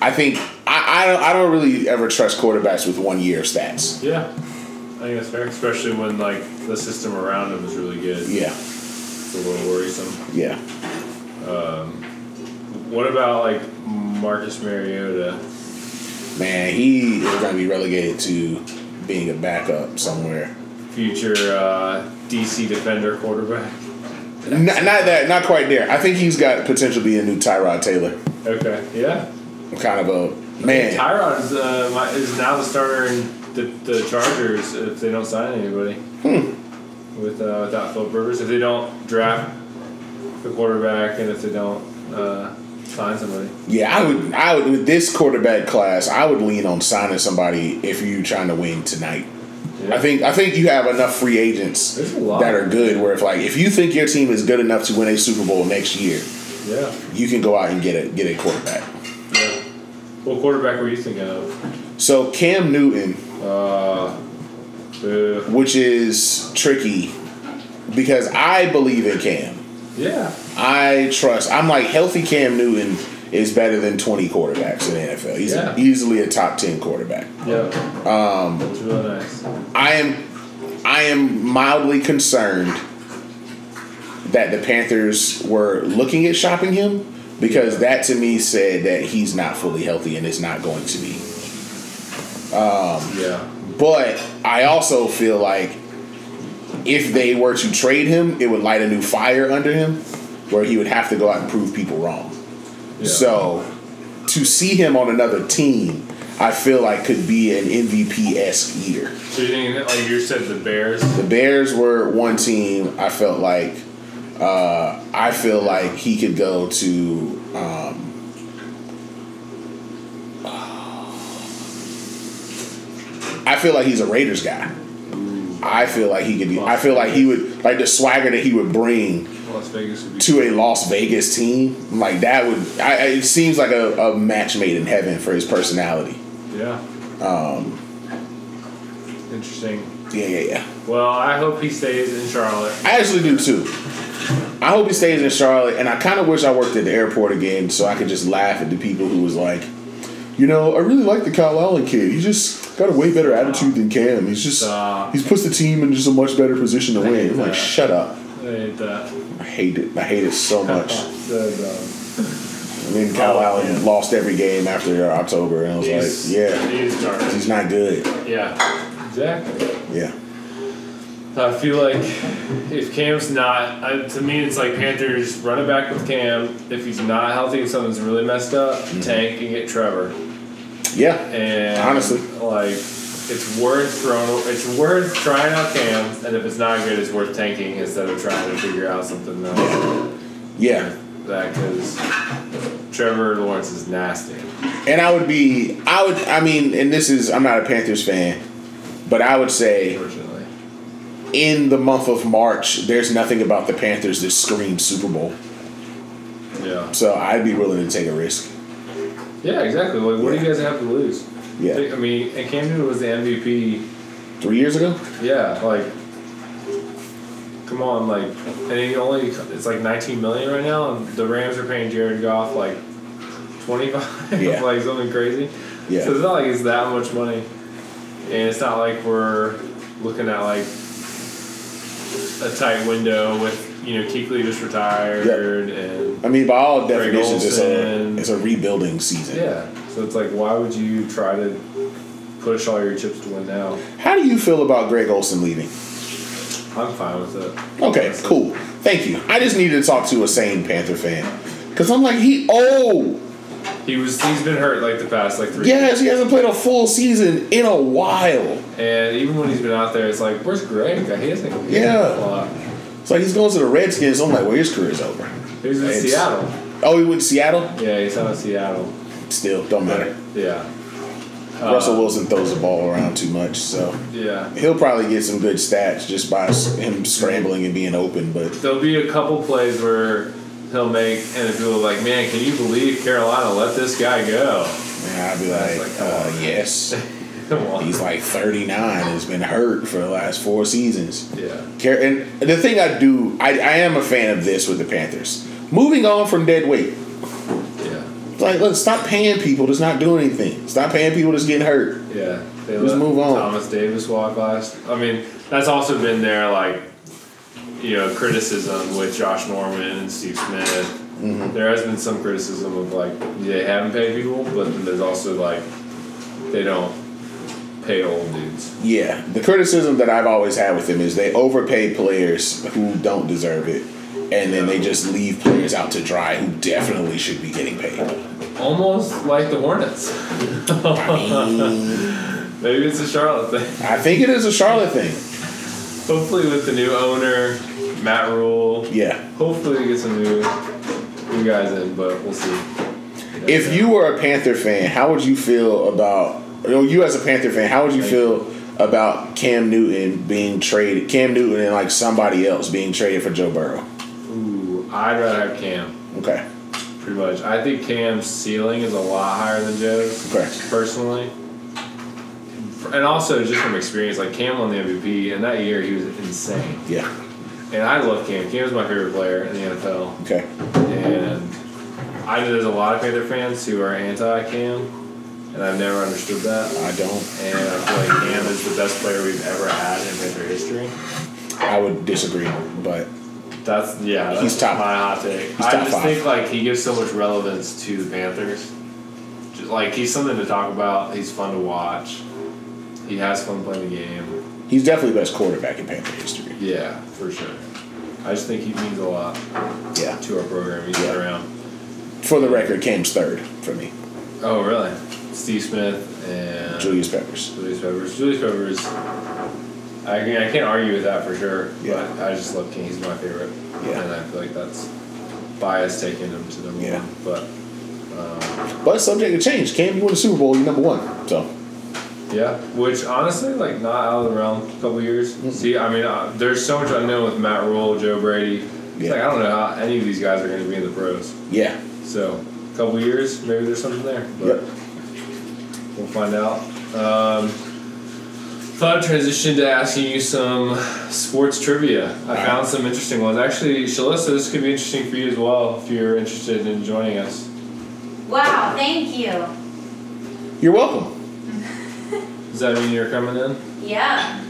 [SPEAKER 2] I think I, I don't. I don't really ever trust quarterbacks with one year stats.
[SPEAKER 1] Yeah, I think that's fair, especially when like the system around him is really good.
[SPEAKER 2] Yeah,
[SPEAKER 1] It's a little worrisome.
[SPEAKER 2] yeah.
[SPEAKER 1] What about like Marcus Mariota?
[SPEAKER 2] Man, he is gonna be relegated to being a backup somewhere.
[SPEAKER 1] future uh, DC defender quarterback.
[SPEAKER 2] Not, not that. Not quite there. I think he's got potential to be a new Tyrod Taylor.
[SPEAKER 1] Okay, yeah.
[SPEAKER 2] Kind of a man.
[SPEAKER 1] Tyrod is, uh, my, is now the starter in the, the Chargers if they don't sign anybody. With uh, without Philip Rivers, if they don't draft the quarterback, and if they don't uh, sign somebody,
[SPEAKER 2] Yeah, I would. I would with this quarterback class. I would lean on signing somebody if you're trying to win tonight.
[SPEAKER 1] Yeah.
[SPEAKER 2] I think I think you have enough free agents
[SPEAKER 1] There's a lot.
[SPEAKER 2] that are good. Where if like if you think your team is good enough to win a Super Bowl next year,
[SPEAKER 1] yeah,
[SPEAKER 2] you can go out and get a get a quarterback.
[SPEAKER 1] yeah. What quarterback were you thinking of?
[SPEAKER 2] So Cam Newton,
[SPEAKER 1] Uh, boo.
[SPEAKER 2] which is tricky, because I believe in Cam.
[SPEAKER 1] yeah,
[SPEAKER 2] I trust. I'm like healthy Cam Newton is better than 20 quarterbacks in the NFL. He's
[SPEAKER 1] Yeah.
[SPEAKER 2] easily a top 10 quarterback.
[SPEAKER 1] yeah. Um, it's really nice.
[SPEAKER 2] I am I am mildly concerned that the Panthers were looking at shopping him because that to me said that he's not fully healthy and is not going to be.
[SPEAKER 1] Yeah,
[SPEAKER 2] But I also feel like if they were to trade him, it would light a new fire under him where he would have to go out and prove people wrong.
[SPEAKER 1] yeah.
[SPEAKER 2] So to see him on another team, I feel like could be an MVP esque year.
[SPEAKER 1] So you thinking that, like you said the Bears?
[SPEAKER 2] The Bears were one team I felt like uh, I feel like he could go to um, I feel like he's a Raiders guy. I feel like he could be I feel like he would like the swagger that he would bring
[SPEAKER 1] Las Vegas would be
[SPEAKER 2] to a Las Vegas team like that would I, I- it seems like a, a match made in heaven for his personality.
[SPEAKER 1] Yeah.
[SPEAKER 2] Um,
[SPEAKER 1] Interesting.
[SPEAKER 2] Yeah, yeah, yeah.
[SPEAKER 1] Well, I hope he stays in Charlotte.
[SPEAKER 2] I actually do too. I hope he stays in Charlotte, and I kind of wish I worked at the airport again so I could just laugh at the people who was like, you know, I really like the Kyle Allen kid. He just got a way better attitude than Cam. He's just
[SPEAKER 1] Stop.
[SPEAKER 2] he's puts the team in just a much better position to win. I'm like,
[SPEAKER 1] that.
[SPEAKER 2] shut up.
[SPEAKER 1] And, uh,
[SPEAKER 2] I hate it. I hate it so much.
[SPEAKER 1] and, um,
[SPEAKER 2] And then Kyle
[SPEAKER 1] Oh,
[SPEAKER 2] Allen
[SPEAKER 1] yeah.
[SPEAKER 2] lost every game after October, and I was
[SPEAKER 1] he's,
[SPEAKER 2] like, yeah,
[SPEAKER 1] he's dark.
[SPEAKER 2] he's not good.
[SPEAKER 1] Yeah, exactly.
[SPEAKER 2] Yeah,
[SPEAKER 1] I feel like if Cam's not, I, to me, it's like Panthers run it back with Cam. If he's not healthy and something's really messed up,
[SPEAKER 2] Mm-hmm.
[SPEAKER 1] tank and get Trevor.
[SPEAKER 2] yeah,
[SPEAKER 1] And
[SPEAKER 2] Honestly.
[SPEAKER 1] like it's worth throwing. It's worth trying out Cam, and if it's not good, it's worth tanking instead of trying to figure out something else.
[SPEAKER 2] yeah.
[SPEAKER 1] That because Trevor Lawrence is nasty.
[SPEAKER 2] And I would be, I would, I mean, and this is, I'm not a Panthers fan, but I would say
[SPEAKER 1] Unfortunately,
[SPEAKER 2] in the month of March, there's nothing about the Panthers that screams Super Bowl.
[SPEAKER 1] yeah,
[SPEAKER 2] So I'd be willing to take a risk.
[SPEAKER 1] yeah, exactly. Like, what do you guys have to lose?
[SPEAKER 2] Yeah.
[SPEAKER 1] I mean, and Cam Newton was the MVP.
[SPEAKER 2] Three years ago?
[SPEAKER 1] Yeah, like, come on, like, and he only it's like 19 million right now, and the Rams are paying Jared Goff like 25,
[SPEAKER 2] Yeah.
[SPEAKER 1] like something crazy.
[SPEAKER 2] Yeah.
[SPEAKER 1] So it's not like it's that much money, and it's not like we're looking at like a tight window with you know Keekly just retired and
[SPEAKER 2] I mean, by all
[SPEAKER 1] Greg
[SPEAKER 2] definitions, it's a
[SPEAKER 1] Olsen.
[SPEAKER 2] it's a rebuilding season.
[SPEAKER 1] yeah. So it's like, why would you try to push all your chips to win now?
[SPEAKER 2] How do you feel about Greg Olson leaving?
[SPEAKER 1] I'm fine with it.
[SPEAKER 2] Okay, cool. Thank you. I just needed to talk to a sane Panther fan because I'm like, he old.
[SPEAKER 1] He was he's been hurt like the past like three. years.
[SPEAKER 2] Yes, he hasn't played a full season in a while.
[SPEAKER 1] And even when he's been out there, it's like, where's Greg? He doesn't. he
[SPEAKER 2] Yeah.
[SPEAKER 1] doesn't play a lot.
[SPEAKER 2] It's like he's going to the Redskins. I'm like, well, his career's over.
[SPEAKER 1] He was in
[SPEAKER 2] It's-
[SPEAKER 1] Seattle.
[SPEAKER 2] Oh, he went to Seattle.
[SPEAKER 1] Yeah, he's out of Seattle.
[SPEAKER 2] Still, don't matter.
[SPEAKER 1] Yeah. Uh,
[SPEAKER 2] Russell Wilson throws the ball around too much, so
[SPEAKER 1] Yeah.
[SPEAKER 2] he'll probably get some good stats just by s- him scrambling and being open. But
[SPEAKER 1] There'll be a couple plays where he'll make, and people are like, man, can you believe Carolina let this guy go?
[SPEAKER 2] man, I'd be
[SPEAKER 1] That's
[SPEAKER 2] like,
[SPEAKER 1] like, come
[SPEAKER 2] uh,
[SPEAKER 1] on, man.
[SPEAKER 2] yes,
[SPEAKER 1] Come on.
[SPEAKER 2] He's like 39 and has been hurt for the last four seasons.
[SPEAKER 1] yeah.
[SPEAKER 2] Car- And the thing I do, I, I am a fan of this with the Panthers. Moving on from dead weight.
[SPEAKER 1] Yeah.
[SPEAKER 2] Like, look, stop paying people that's not doing anything. Stop paying people that's getting hurt.
[SPEAKER 1] Yeah, they
[SPEAKER 2] Let's
[SPEAKER 1] let
[SPEAKER 2] move on.
[SPEAKER 1] Thomas Davis walk last. I mean, that's also been their like, you know, criticism with Josh Norman and Steve Smith.
[SPEAKER 2] Mm-hmm.
[SPEAKER 1] There has been some criticism of like they haven't paid people, but then there's also like they don't pay old dudes.
[SPEAKER 2] Yeah. The criticism that I've always had with them is they overpay players who don't deserve it. And then they just leave players out to dry who definitely should be getting paid.
[SPEAKER 1] Almost like the Hornets.
[SPEAKER 2] I mean,
[SPEAKER 1] Maybe it's a Charlotte thing.
[SPEAKER 2] I think it is a Charlotte thing.
[SPEAKER 1] Hopefully, with the new owner, Matt Rule.
[SPEAKER 2] Yeah.
[SPEAKER 1] Hopefully, we get some new new guys in, but we'll see.
[SPEAKER 2] If you were a Panther fan, how would you feel about you, know, you as a Panther fan? How would you feel about Cam Newton being traded? Cam Newton and like somebody else being traded for Joe Burrow.
[SPEAKER 1] Ooh, I'd rather have Cam.
[SPEAKER 2] Okay.
[SPEAKER 1] Pretty much. I think Cam's ceiling is a lot higher than Joe's,
[SPEAKER 2] Okay.
[SPEAKER 1] personally. And also just from experience, like Cam won the MVP, and that year he was insane.
[SPEAKER 2] Yeah.
[SPEAKER 1] And I love Cam. Cam's my favorite player in the NFL.
[SPEAKER 2] Okay.
[SPEAKER 1] And I know there's a lot of Panther fans who are anti Cam, and I've never understood that.
[SPEAKER 2] I don't.
[SPEAKER 1] And I feel like Cam is the best player we've ever had in Panther history.
[SPEAKER 2] I would disagree, but
[SPEAKER 1] That's yeah. That's
[SPEAKER 2] He's top.
[SPEAKER 1] My hot take. I
[SPEAKER 2] top
[SPEAKER 1] just
[SPEAKER 2] five.
[SPEAKER 1] think like he gives so much relevance to the Panthers. Just like he's something to talk about. He's fun to watch. He has fun playing the game.
[SPEAKER 2] he's definitely the best quarterback in Panther history.
[SPEAKER 1] Yeah, for sure. I just think he means a lot
[SPEAKER 2] Yeah.
[SPEAKER 1] to our program. He's been around.
[SPEAKER 2] For the record, Cam's third for me.
[SPEAKER 1] Oh really? Steve Smith and
[SPEAKER 2] Julius Peppers.
[SPEAKER 1] Julius Peppers. Julius Peppers. I mean, I can't argue with that for sure.
[SPEAKER 2] Yeah.
[SPEAKER 1] But I just love King. He's my favorite.
[SPEAKER 2] Yeah.
[SPEAKER 1] And I feel like that's bias taking him to number
[SPEAKER 2] Yeah.
[SPEAKER 1] one. But.
[SPEAKER 2] But subject to change. Cam, you won the Super Bowl. You're number one. So
[SPEAKER 1] Yeah, which honestly, like, not out of the realm. A couple years.
[SPEAKER 2] Mm-hmm.
[SPEAKER 1] See, I mean, uh, there's so much unknown with Matt Rule, Joe Brady. It's
[SPEAKER 2] Yeah.
[SPEAKER 1] Like, I don't know how any of these guys are going to be in the pros.
[SPEAKER 2] yeah.
[SPEAKER 1] So, a couple years, maybe there's something there. But
[SPEAKER 2] Yep.
[SPEAKER 1] We'll find out. Um, thought I'd transition to asking you some sports trivia. I found some interesting ones. Actually, Shalissa, this could be interesting for you as well if you're interested in joining us.
[SPEAKER 3] Wow, thank you.
[SPEAKER 2] You're welcome.
[SPEAKER 1] Does that mean you're coming in?
[SPEAKER 3] Yeah.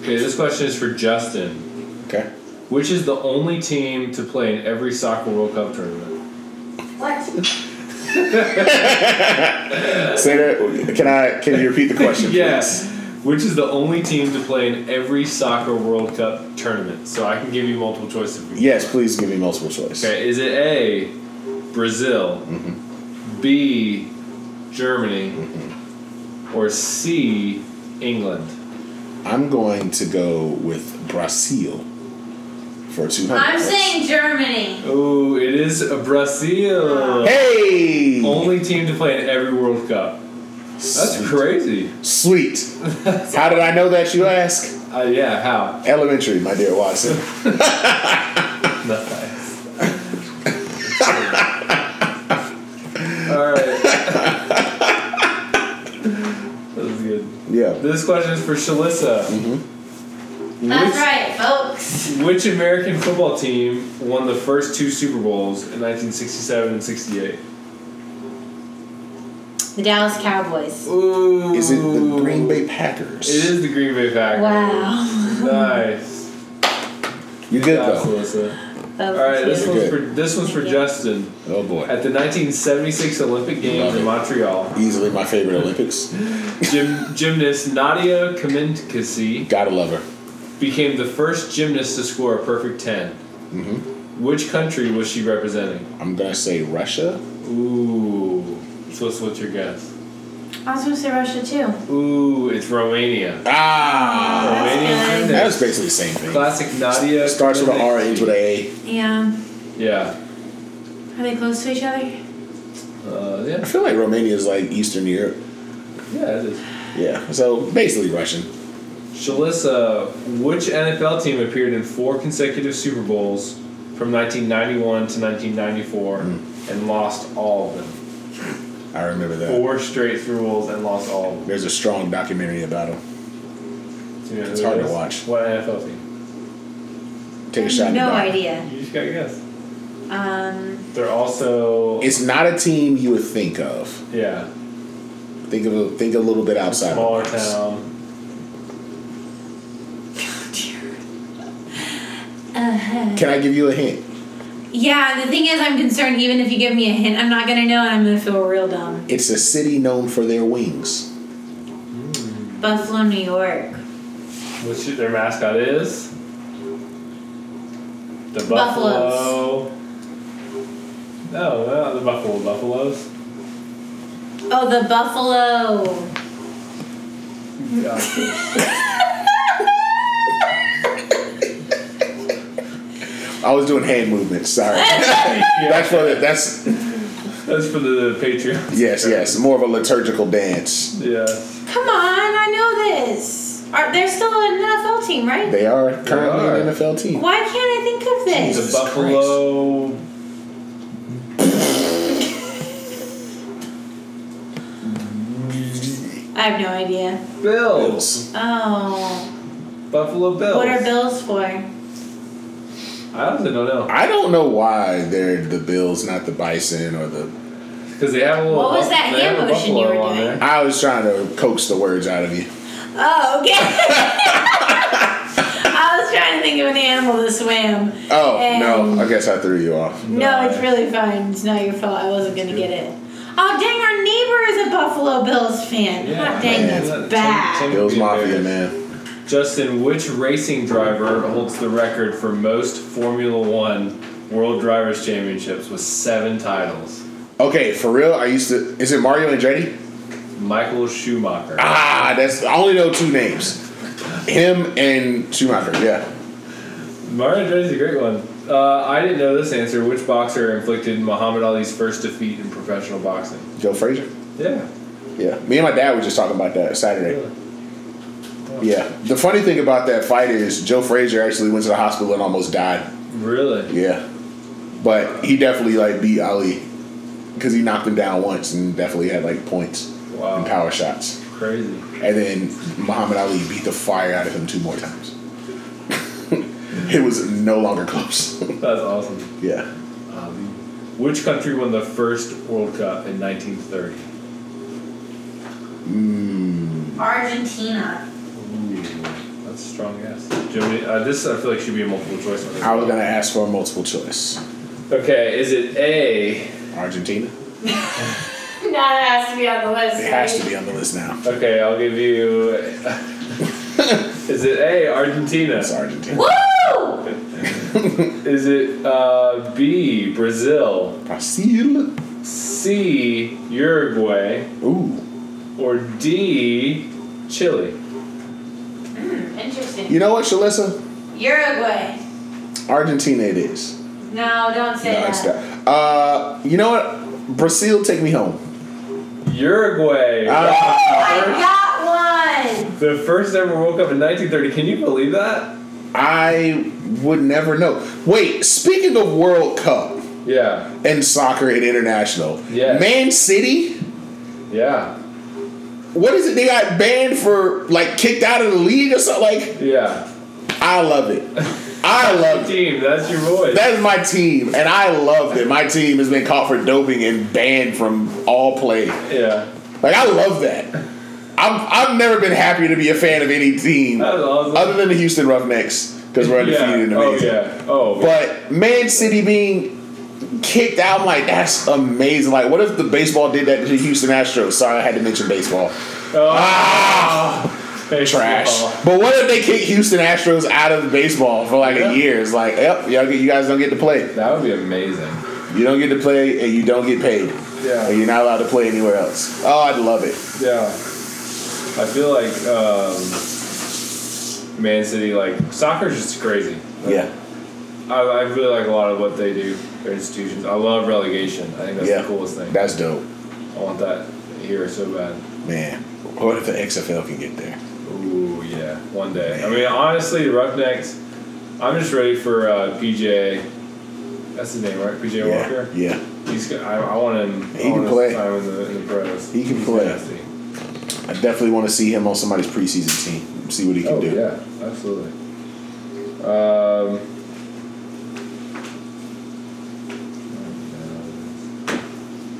[SPEAKER 1] Okay, this question is for Justin.
[SPEAKER 2] Okay.
[SPEAKER 1] Which is the only team to play in every soccer World Cup tournament?
[SPEAKER 4] What?
[SPEAKER 2] Say that. Can I? Can you repeat the question? please?
[SPEAKER 1] Which is the only team to play in every soccer World Cup tournament? So I can give you multiple choice if you
[SPEAKER 2] Yes, please give me multiple choice.
[SPEAKER 1] Okay, is it A, Brazil, B, Germany, or C, England?
[SPEAKER 2] I'm going to go with Brazil for 200.
[SPEAKER 3] I'm saying Germany.
[SPEAKER 1] Oh, it is Brazil.
[SPEAKER 2] Hey!
[SPEAKER 1] Only team to play in every World Cup. That's crazy.
[SPEAKER 2] Sweet. How did I know that, you ask?
[SPEAKER 1] Uh, yeah, how?
[SPEAKER 2] Elementary, my dear Watson.
[SPEAKER 1] Nice. All right. that was good.
[SPEAKER 2] Yeah.
[SPEAKER 1] This question is for Shalissa.
[SPEAKER 3] Mm-hmm. That's
[SPEAKER 1] Which,
[SPEAKER 3] right, folks.
[SPEAKER 1] which American football team won the first two Super Bowls in 1967 and 68?
[SPEAKER 3] The Dallas Cowboys.
[SPEAKER 1] Ooh.
[SPEAKER 2] Is it the Green Bay Packers?
[SPEAKER 1] It is the Green Bay Packers.
[SPEAKER 3] Wow.
[SPEAKER 1] Nice.
[SPEAKER 2] You good,
[SPEAKER 1] Wow,
[SPEAKER 2] though.
[SPEAKER 1] Shalissa. All right, this
[SPEAKER 2] You're
[SPEAKER 1] one's for
[SPEAKER 2] good.
[SPEAKER 1] this one's for Justin.
[SPEAKER 2] Oh, boy.
[SPEAKER 1] At the 1976 Olympic Games
[SPEAKER 2] Love
[SPEAKER 1] in
[SPEAKER 2] it.
[SPEAKER 1] Montreal,
[SPEAKER 2] Easily my favorite Olympics.
[SPEAKER 1] Gym, gymnast Nadia Kamenkasi
[SPEAKER 2] Gotta love her.
[SPEAKER 1] became the first gymnast to score a perfect 10.
[SPEAKER 2] Mm-hmm.
[SPEAKER 1] Which country was she representing?
[SPEAKER 2] I'm going to say Russia.
[SPEAKER 1] Ooh. So what's, what's your guess?
[SPEAKER 3] I was gonna say Russia too.
[SPEAKER 1] Ooh, it's Romania.
[SPEAKER 2] Ah!
[SPEAKER 1] Romania.
[SPEAKER 3] good.
[SPEAKER 2] That was basically the same thing.
[SPEAKER 1] Classic Nadia.
[SPEAKER 2] Starts with an R, ends with an A.
[SPEAKER 3] Yeah.
[SPEAKER 1] Yeah.
[SPEAKER 3] Are they close to each other?
[SPEAKER 1] Uh,
[SPEAKER 2] I
[SPEAKER 1] yeah.
[SPEAKER 2] feel like Romania is like Eastern Europe.
[SPEAKER 1] Yeah, it is.
[SPEAKER 2] Yeah. So basically Russian.
[SPEAKER 1] Shalissa, which NFL team appeared in four consecutive Super Bowls
[SPEAKER 2] Mm.
[SPEAKER 1] from 1991 to 1994 and lost all of them?
[SPEAKER 2] I remember that.
[SPEAKER 1] Four straight through holes and lost all of them.
[SPEAKER 2] There's a strong documentary about him.
[SPEAKER 1] Do you know
[SPEAKER 2] It's
[SPEAKER 1] who it
[SPEAKER 2] hard to
[SPEAKER 1] is?
[SPEAKER 2] watch.
[SPEAKER 1] What NFL team?
[SPEAKER 2] Take a shot. in the
[SPEAKER 3] No
[SPEAKER 2] dark.
[SPEAKER 3] idea.
[SPEAKER 1] You just gotta guess.
[SPEAKER 3] Um,
[SPEAKER 1] They're also
[SPEAKER 2] It's not a team you would think of.
[SPEAKER 1] yeah
[SPEAKER 2] Think of a, think a little bit outside.
[SPEAKER 1] smaller
[SPEAKER 2] the box.
[SPEAKER 1] town.
[SPEAKER 2] Can I give you a hint?
[SPEAKER 3] Uh, yeah, the thing is, I'm concerned. Even if you give me a hint, I'm not gonna know, and I'm gonna feel real dumb.
[SPEAKER 2] It's a city known for their wings.
[SPEAKER 3] Buffalo, New York.
[SPEAKER 1] Which their mascot is the
[SPEAKER 3] Buffaloes.
[SPEAKER 1] buffalo. No, they're not the buffalo buffaloes.
[SPEAKER 3] Oh, the Buffalo. Mm-hmm.
[SPEAKER 1] Yeah.
[SPEAKER 2] I was doing hand movements. Sorry. that's for the, that's
[SPEAKER 1] That's for the Patreon.
[SPEAKER 2] yes yes more of a liturgical dance.
[SPEAKER 1] Yes.
[SPEAKER 3] Come on, I know this. Are they're still an NFL team, right?
[SPEAKER 2] They are currently
[SPEAKER 1] are.
[SPEAKER 2] an NFL team.
[SPEAKER 3] Why can't I think of this?
[SPEAKER 1] The
[SPEAKER 2] Jesus
[SPEAKER 1] buffalo.
[SPEAKER 3] I have no idea.
[SPEAKER 1] Bills.
[SPEAKER 2] Bills.
[SPEAKER 3] Oh,
[SPEAKER 1] Buffalo Bills.
[SPEAKER 3] what are bills for?
[SPEAKER 1] I honestly don't know.
[SPEAKER 2] I don't know why they're the Bills, not the Bison or the.
[SPEAKER 1] Because they have a little.
[SPEAKER 3] What was
[SPEAKER 1] buff-
[SPEAKER 3] that
[SPEAKER 1] they have
[SPEAKER 3] hand
[SPEAKER 1] a
[SPEAKER 3] motion you
[SPEAKER 1] buffalo
[SPEAKER 3] were
[SPEAKER 1] on
[SPEAKER 3] doing?
[SPEAKER 1] there.
[SPEAKER 2] I was trying to coax the words out of you.
[SPEAKER 3] Oh, okay. I was trying to think of an animal that swam.
[SPEAKER 2] Oh
[SPEAKER 3] And-
[SPEAKER 2] no, I guess I threw you off.
[SPEAKER 3] No, it's really fine. It's not your fault. I wasn't gonna get it. Oh dang! Our neighbor is a Buffalo Bills fan. Hot dang,
[SPEAKER 2] man.
[SPEAKER 3] that's bad.
[SPEAKER 2] Bills Mafia man.
[SPEAKER 1] Justin, which racing driver holds the record for most Formula One World Drivers Championships with seven titles?
[SPEAKER 2] Okay, for real, I used to. Is it Mario Andretti?
[SPEAKER 1] Michael Schumacher.
[SPEAKER 2] Ah, that's I only know two names. Him and Schumacher. Yeah.
[SPEAKER 1] Mario Andretti's a great one. Uh, I didn't know this answer. Which boxer inflicted Muhammad Ali's first defeat in professional boxing?
[SPEAKER 2] Joe Frazier.
[SPEAKER 1] Yeah.
[SPEAKER 2] Yeah. Me and my dad were just talking about that Saturday.
[SPEAKER 1] really.
[SPEAKER 2] Yeah. The funny thing about that fight is Joe Frazier actually went to the hospital and almost died.
[SPEAKER 1] Really?
[SPEAKER 2] Yeah. But he definitely like beat Ali because he knocked him down once and definitely had like points and
[SPEAKER 1] Wow.
[SPEAKER 2] power shots.
[SPEAKER 1] Crazy.
[SPEAKER 2] And then Muhammad Ali beat the fire out of him two more times. it was no longer close.
[SPEAKER 1] That's awesome.
[SPEAKER 2] yeah.
[SPEAKER 1] Ali. Which country won the first World Cup in 1930?
[SPEAKER 2] Mm,
[SPEAKER 4] Argentina.
[SPEAKER 1] Ooh, that's a strong guess. Germany. Uh, this I feel like should be a multiple choice one. as
[SPEAKER 2] I was
[SPEAKER 1] well.
[SPEAKER 2] gonna ask for a multiple choice.
[SPEAKER 1] Okay, is it A?
[SPEAKER 2] Argentina.
[SPEAKER 3] That has to be on the list.
[SPEAKER 2] It has to be on the list now.
[SPEAKER 1] Okay, I'll give you. is it A, Argentina?
[SPEAKER 2] It's Argentina.
[SPEAKER 3] Woo!
[SPEAKER 1] Is it uh, B, Brazil?
[SPEAKER 2] Brazil.
[SPEAKER 1] C, Uruguay?
[SPEAKER 2] Ooh.
[SPEAKER 1] Or D, Chile?
[SPEAKER 3] Interesting.
[SPEAKER 2] You know what, Shalissa?
[SPEAKER 3] Uruguay.
[SPEAKER 2] Argentina it is.
[SPEAKER 3] No, don't say
[SPEAKER 2] No,
[SPEAKER 3] that.
[SPEAKER 2] it's not. Uh, you know what? Brazil, take me home.
[SPEAKER 1] Uruguay!
[SPEAKER 2] Uh,
[SPEAKER 3] I got one.
[SPEAKER 1] the first ever World Cup in 1930. Can you believe that?
[SPEAKER 2] I would never know. Wait, speaking of World Cup
[SPEAKER 1] Yeah,
[SPEAKER 2] and soccer and international,
[SPEAKER 1] Yes.
[SPEAKER 2] Man City,
[SPEAKER 1] yeah,
[SPEAKER 2] what is it? They got banned for, like, kicked out of the league or something? Like,
[SPEAKER 1] yeah.
[SPEAKER 2] I love it. I love it.
[SPEAKER 1] Team, that's your boy.
[SPEAKER 2] That is my team, and I love it. My team has been caught for doping and banned from all play.
[SPEAKER 1] yeah.
[SPEAKER 2] Like I love that. I've, I've never been happier to be a fan of any team
[SPEAKER 1] That was awesome.
[SPEAKER 2] other than the Houston Roughnecks because we're
[SPEAKER 1] yeah.
[SPEAKER 2] undefeated in the
[SPEAKER 1] Oh,
[SPEAKER 2] major.
[SPEAKER 1] yeah. Oh,
[SPEAKER 2] But Man City being kicked out, I'm like that's amazing. Like what if the baseball did that to the Houston Astros? Sorry, I had to mention baseball.
[SPEAKER 1] Oh.
[SPEAKER 2] Ah,
[SPEAKER 1] baseball.
[SPEAKER 2] trash. But what if they kick Houston Astros out of baseball for like
[SPEAKER 1] Yeah.
[SPEAKER 2] a year? It's like, yep, y'all, get- you guys don't get to play.
[SPEAKER 1] That would be amazing.
[SPEAKER 2] You don't get to play, and you don't get paid.
[SPEAKER 1] Yeah.
[SPEAKER 2] And you're not allowed to play anywhere else. Oh, I'd love it.
[SPEAKER 1] Yeah. I feel like um, Man City, like, soccer's just crazy.
[SPEAKER 2] Yeah.
[SPEAKER 1] I, I really like a lot of what they do, their institutions. I love relegation. I think that's
[SPEAKER 2] yeah.
[SPEAKER 1] the coolest thing.
[SPEAKER 2] That's dope.
[SPEAKER 1] I want that here so bad.
[SPEAKER 2] Man, what if the XFL can get there?
[SPEAKER 1] Ooh, yeah. One day. I mean, honestly, the Roughnecks, I'm just ready for uh, PJ. That's his name, right? PJ
[SPEAKER 2] yeah.
[SPEAKER 1] Walker?
[SPEAKER 2] Yeah.
[SPEAKER 1] He's. go- I, I want him.
[SPEAKER 2] He
[SPEAKER 1] I want
[SPEAKER 2] can
[SPEAKER 1] his
[SPEAKER 2] play.
[SPEAKER 1] Time in the, in the pros.
[SPEAKER 2] He can
[SPEAKER 1] He's
[SPEAKER 2] play.
[SPEAKER 1] nasty.
[SPEAKER 2] I definitely want to see him on somebody's preseason team. See what he can
[SPEAKER 1] Oh
[SPEAKER 2] do.
[SPEAKER 1] yeah, absolutely. Um,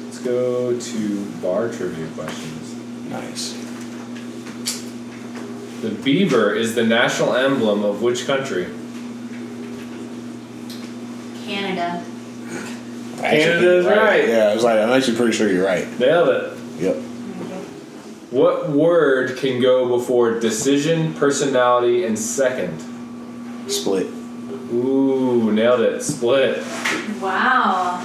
[SPEAKER 1] let's go to bar trivia questions.
[SPEAKER 2] Nice.
[SPEAKER 1] The beaver is the national emblem of which country?
[SPEAKER 3] Canada.
[SPEAKER 1] Canada's right.
[SPEAKER 2] Yeah, I was like, I'm actually pretty sure you're right.
[SPEAKER 1] Nailed it.
[SPEAKER 2] Yep.
[SPEAKER 1] What word can go before decision, personality, and second?
[SPEAKER 2] Split.
[SPEAKER 1] Ooh, nailed it. Split.
[SPEAKER 3] Wow.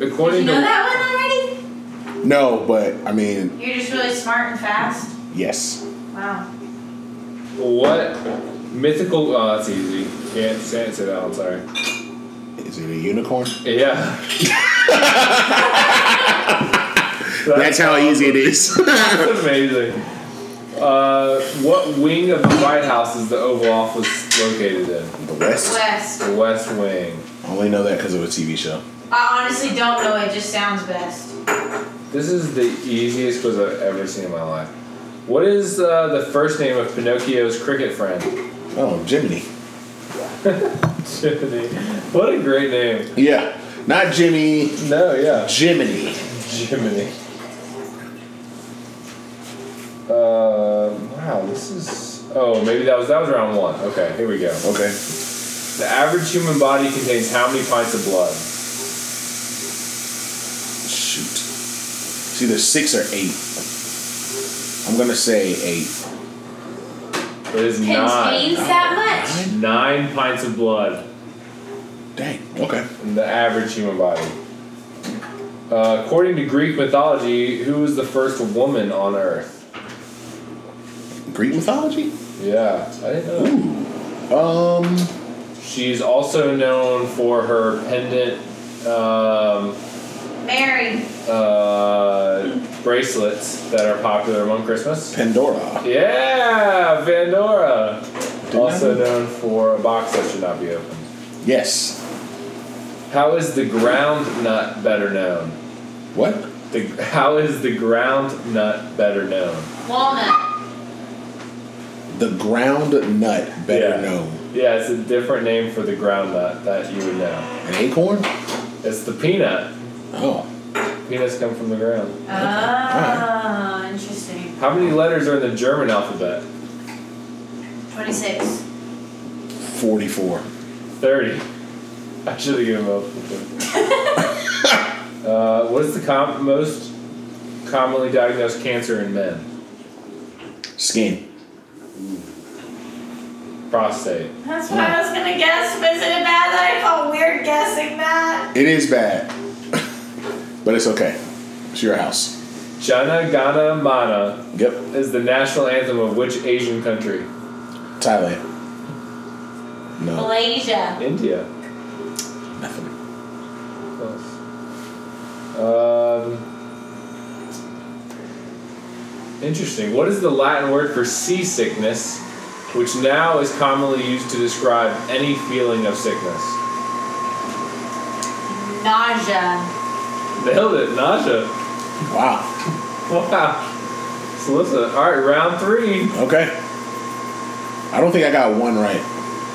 [SPEAKER 1] According
[SPEAKER 3] you know
[SPEAKER 1] to
[SPEAKER 3] that one already?
[SPEAKER 2] No, but I mean,
[SPEAKER 4] You're just really smart and fast.
[SPEAKER 2] yes.
[SPEAKER 4] Wow.
[SPEAKER 1] what mythical? Oh, that's easy. Can't, can't say that. one, sorry.
[SPEAKER 2] Is it a unicorn?
[SPEAKER 1] Yeah.
[SPEAKER 2] That's how easy it is.
[SPEAKER 1] That's amazing. Uh, what wing of the White House is the Oval Office located in?
[SPEAKER 2] the West.
[SPEAKER 4] West.
[SPEAKER 1] The West Wing.
[SPEAKER 2] I only know that because of a TV show.
[SPEAKER 4] I honestly don't know. It just sounds best.
[SPEAKER 1] This is the easiest quiz I've ever seen in my life. What is uh, the first name of Pinocchio's cricket friend?
[SPEAKER 2] Oh, Jiminy.
[SPEAKER 1] Jiminy. What a great name.
[SPEAKER 2] Yeah. Not Jimmy.
[SPEAKER 1] No, yeah.
[SPEAKER 2] Jiminy.
[SPEAKER 1] Jiminy. Uh, wow, this is. Oh, maybe that was that was round one. Okay, here we go.
[SPEAKER 2] Okay.
[SPEAKER 1] The average human body contains how many pints of blood?
[SPEAKER 2] Shoot. It's either six or eight. I'm gonna say eight.
[SPEAKER 1] It is
[SPEAKER 3] Contains
[SPEAKER 1] nine.
[SPEAKER 3] that much.
[SPEAKER 1] Nine pints of blood
[SPEAKER 2] Dang. Okay.
[SPEAKER 1] in the average human body. Uh, according to Greek mythology, who was the first woman on Earth?
[SPEAKER 2] Greek mythology.
[SPEAKER 1] Yeah, I didn't know.
[SPEAKER 2] Um.
[SPEAKER 1] She's also known for her pendant um,
[SPEAKER 4] Mary.
[SPEAKER 1] uh, bracelets that are popular among Christmas.
[SPEAKER 2] Pandora.
[SPEAKER 1] Yeah, Pandora.
[SPEAKER 2] Didn't
[SPEAKER 1] Also
[SPEAKER 2] I know?
[SPEAKER 1] known for a box that should not be opened.
[SPEAKER 2] Yes.
[SPEAKER 1] How is the ground nut better known?
[SPEAKER 2] What?
[SPEAKER 1] The, how is the ground nut better known?
[SPEAKER 4] Walnut.
[SPEAKER 2] The ground nut, better
[SPEAKER 1] Yeah.
[SPEAKER 2] known.
[SPEAKER 1] Yeah, it's a different name for the ground nut that you would know.
[SPEAKER 2] An acorn.
[SPEAKER 1] It's the peanut.
[SPEAKER 2] Oh.
[SPEAKER 1] Peanuts come from the ground.
[SPEAKER 4] Ah, interesting.
[SPEAKER 1] How many letters are in the German alphabet?
[SPEAKER 4] 26.
[SPEAKER 2] 44.
[SPEAKER 1] 30. I should have given them up. uh, what is the com- most commonly diagnosed cancer in men?
[SPEAKER 2] Skin.
[SPEAKER 1] Prostate.
[SPEAKER 4] That's what I was gonna guess, but is it a bad that I felt weird guessing that?
[SPEAKER 2] It is bad. but it's okay. It's your house.
[SPEAKER 1] Jana Gana Mana
[SPEAKER 2] Yep.
[SPEAKER 1] is the national anthem of which Asian country?
[SPEAKER 2] Thailand. No.
[SPEAKER 3] Malaysia.
[SPEAKER 1] India.
[SPEAKER 2] Nothing.
[SPEAKER 1] Close. Um, interesting. What is the Latin word for seasickness, which now is commonly used to describe any feeling of sickness?
[SPEAKER 3] Nausea.
[SPEAKER 1] Nailed it, nausea.
[SPEAKER 2] Wow.
[SPEAKER 1] Wow. So listen, all right, round three.
[SPEAKER 2] Okay. I don't think I got one right.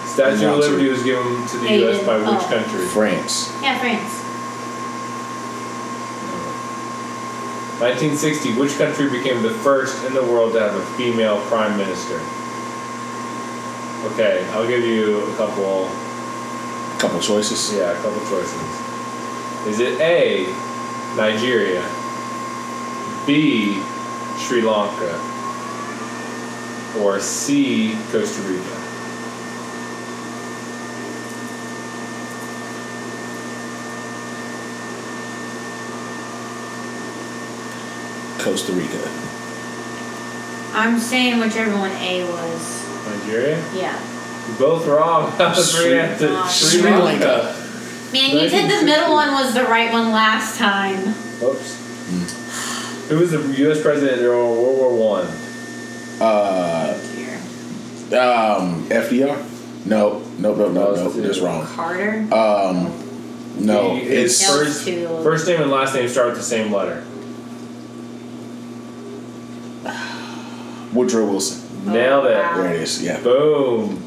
[SPEAKER 1] Statue of
[SPEAKER 2] Round
[SPEAKER 1] Liberty
[SPEAKER 2] three.
[SPEAKER 1] was given to the
[SPEAKER 3] Hey,
[SPEAKER 1] U.S. by
[SPEAKER 3] oh.
[SPEAKER 1] which country?
[SPEAKER 2] France.
[SPEAKER 3] Yeah, France.
[SPEAKER 1] 1960. Which country became the first in the world to have a female prime minister? Okay, I'll give you a couple.
[SPEAKER 2] Couple choices.
[SPEAKER 1] Yeah, a couple choices. Is it A, Nigeria, B, Sri Lanka, or C, Costa Rica?
[SPEAKER 2] Costa Rica.
[SPEAKER 3] I'm saying whichever one A was.
[SPEAKER 1] Nigeria?
[SPEAKER 3] Yeah.
[SPEAKER 1] You're both wrong. That was
[SPEAKER 2] Sri-
[SPEAKER 1] three answers.
[SPEAKER 3] Sri
[SPEAKER 1] Sri
[SPEAKER 2] Lanka.
[SPEAKER 1] Lanka.
[SPEAKER 3] Man, you said the middle one was the right one last time.
[SPEAKER 1] Oops. Hmm. Who was the U.S. president during World War One?
[SPEAKER 2] Uh,
[SPEAKER 3] Dear.
[SPEAKER 2] um, FDR? No. Nope, nope, nope, nope. That's wrong.
[SPEAKER 3] Carter.
[SPEAKER 2] Um, No,
[SPEAKER 1] He- his
[SPEAKER 2] it's
[SPEAKER 3] Nope.
[SPEAKER 1] first,
[SPEAKER 3] Two.
[SPEAKER 1] first name and last name start with the same letter.
[SPEAKER 2] Woodrow Wilson.
[SPEAKER 1] Nailed it.
[SPEAKER 3] wow.
[SPEAKER 2] There it is. Yeah,
[SPEAKER 1] Boom.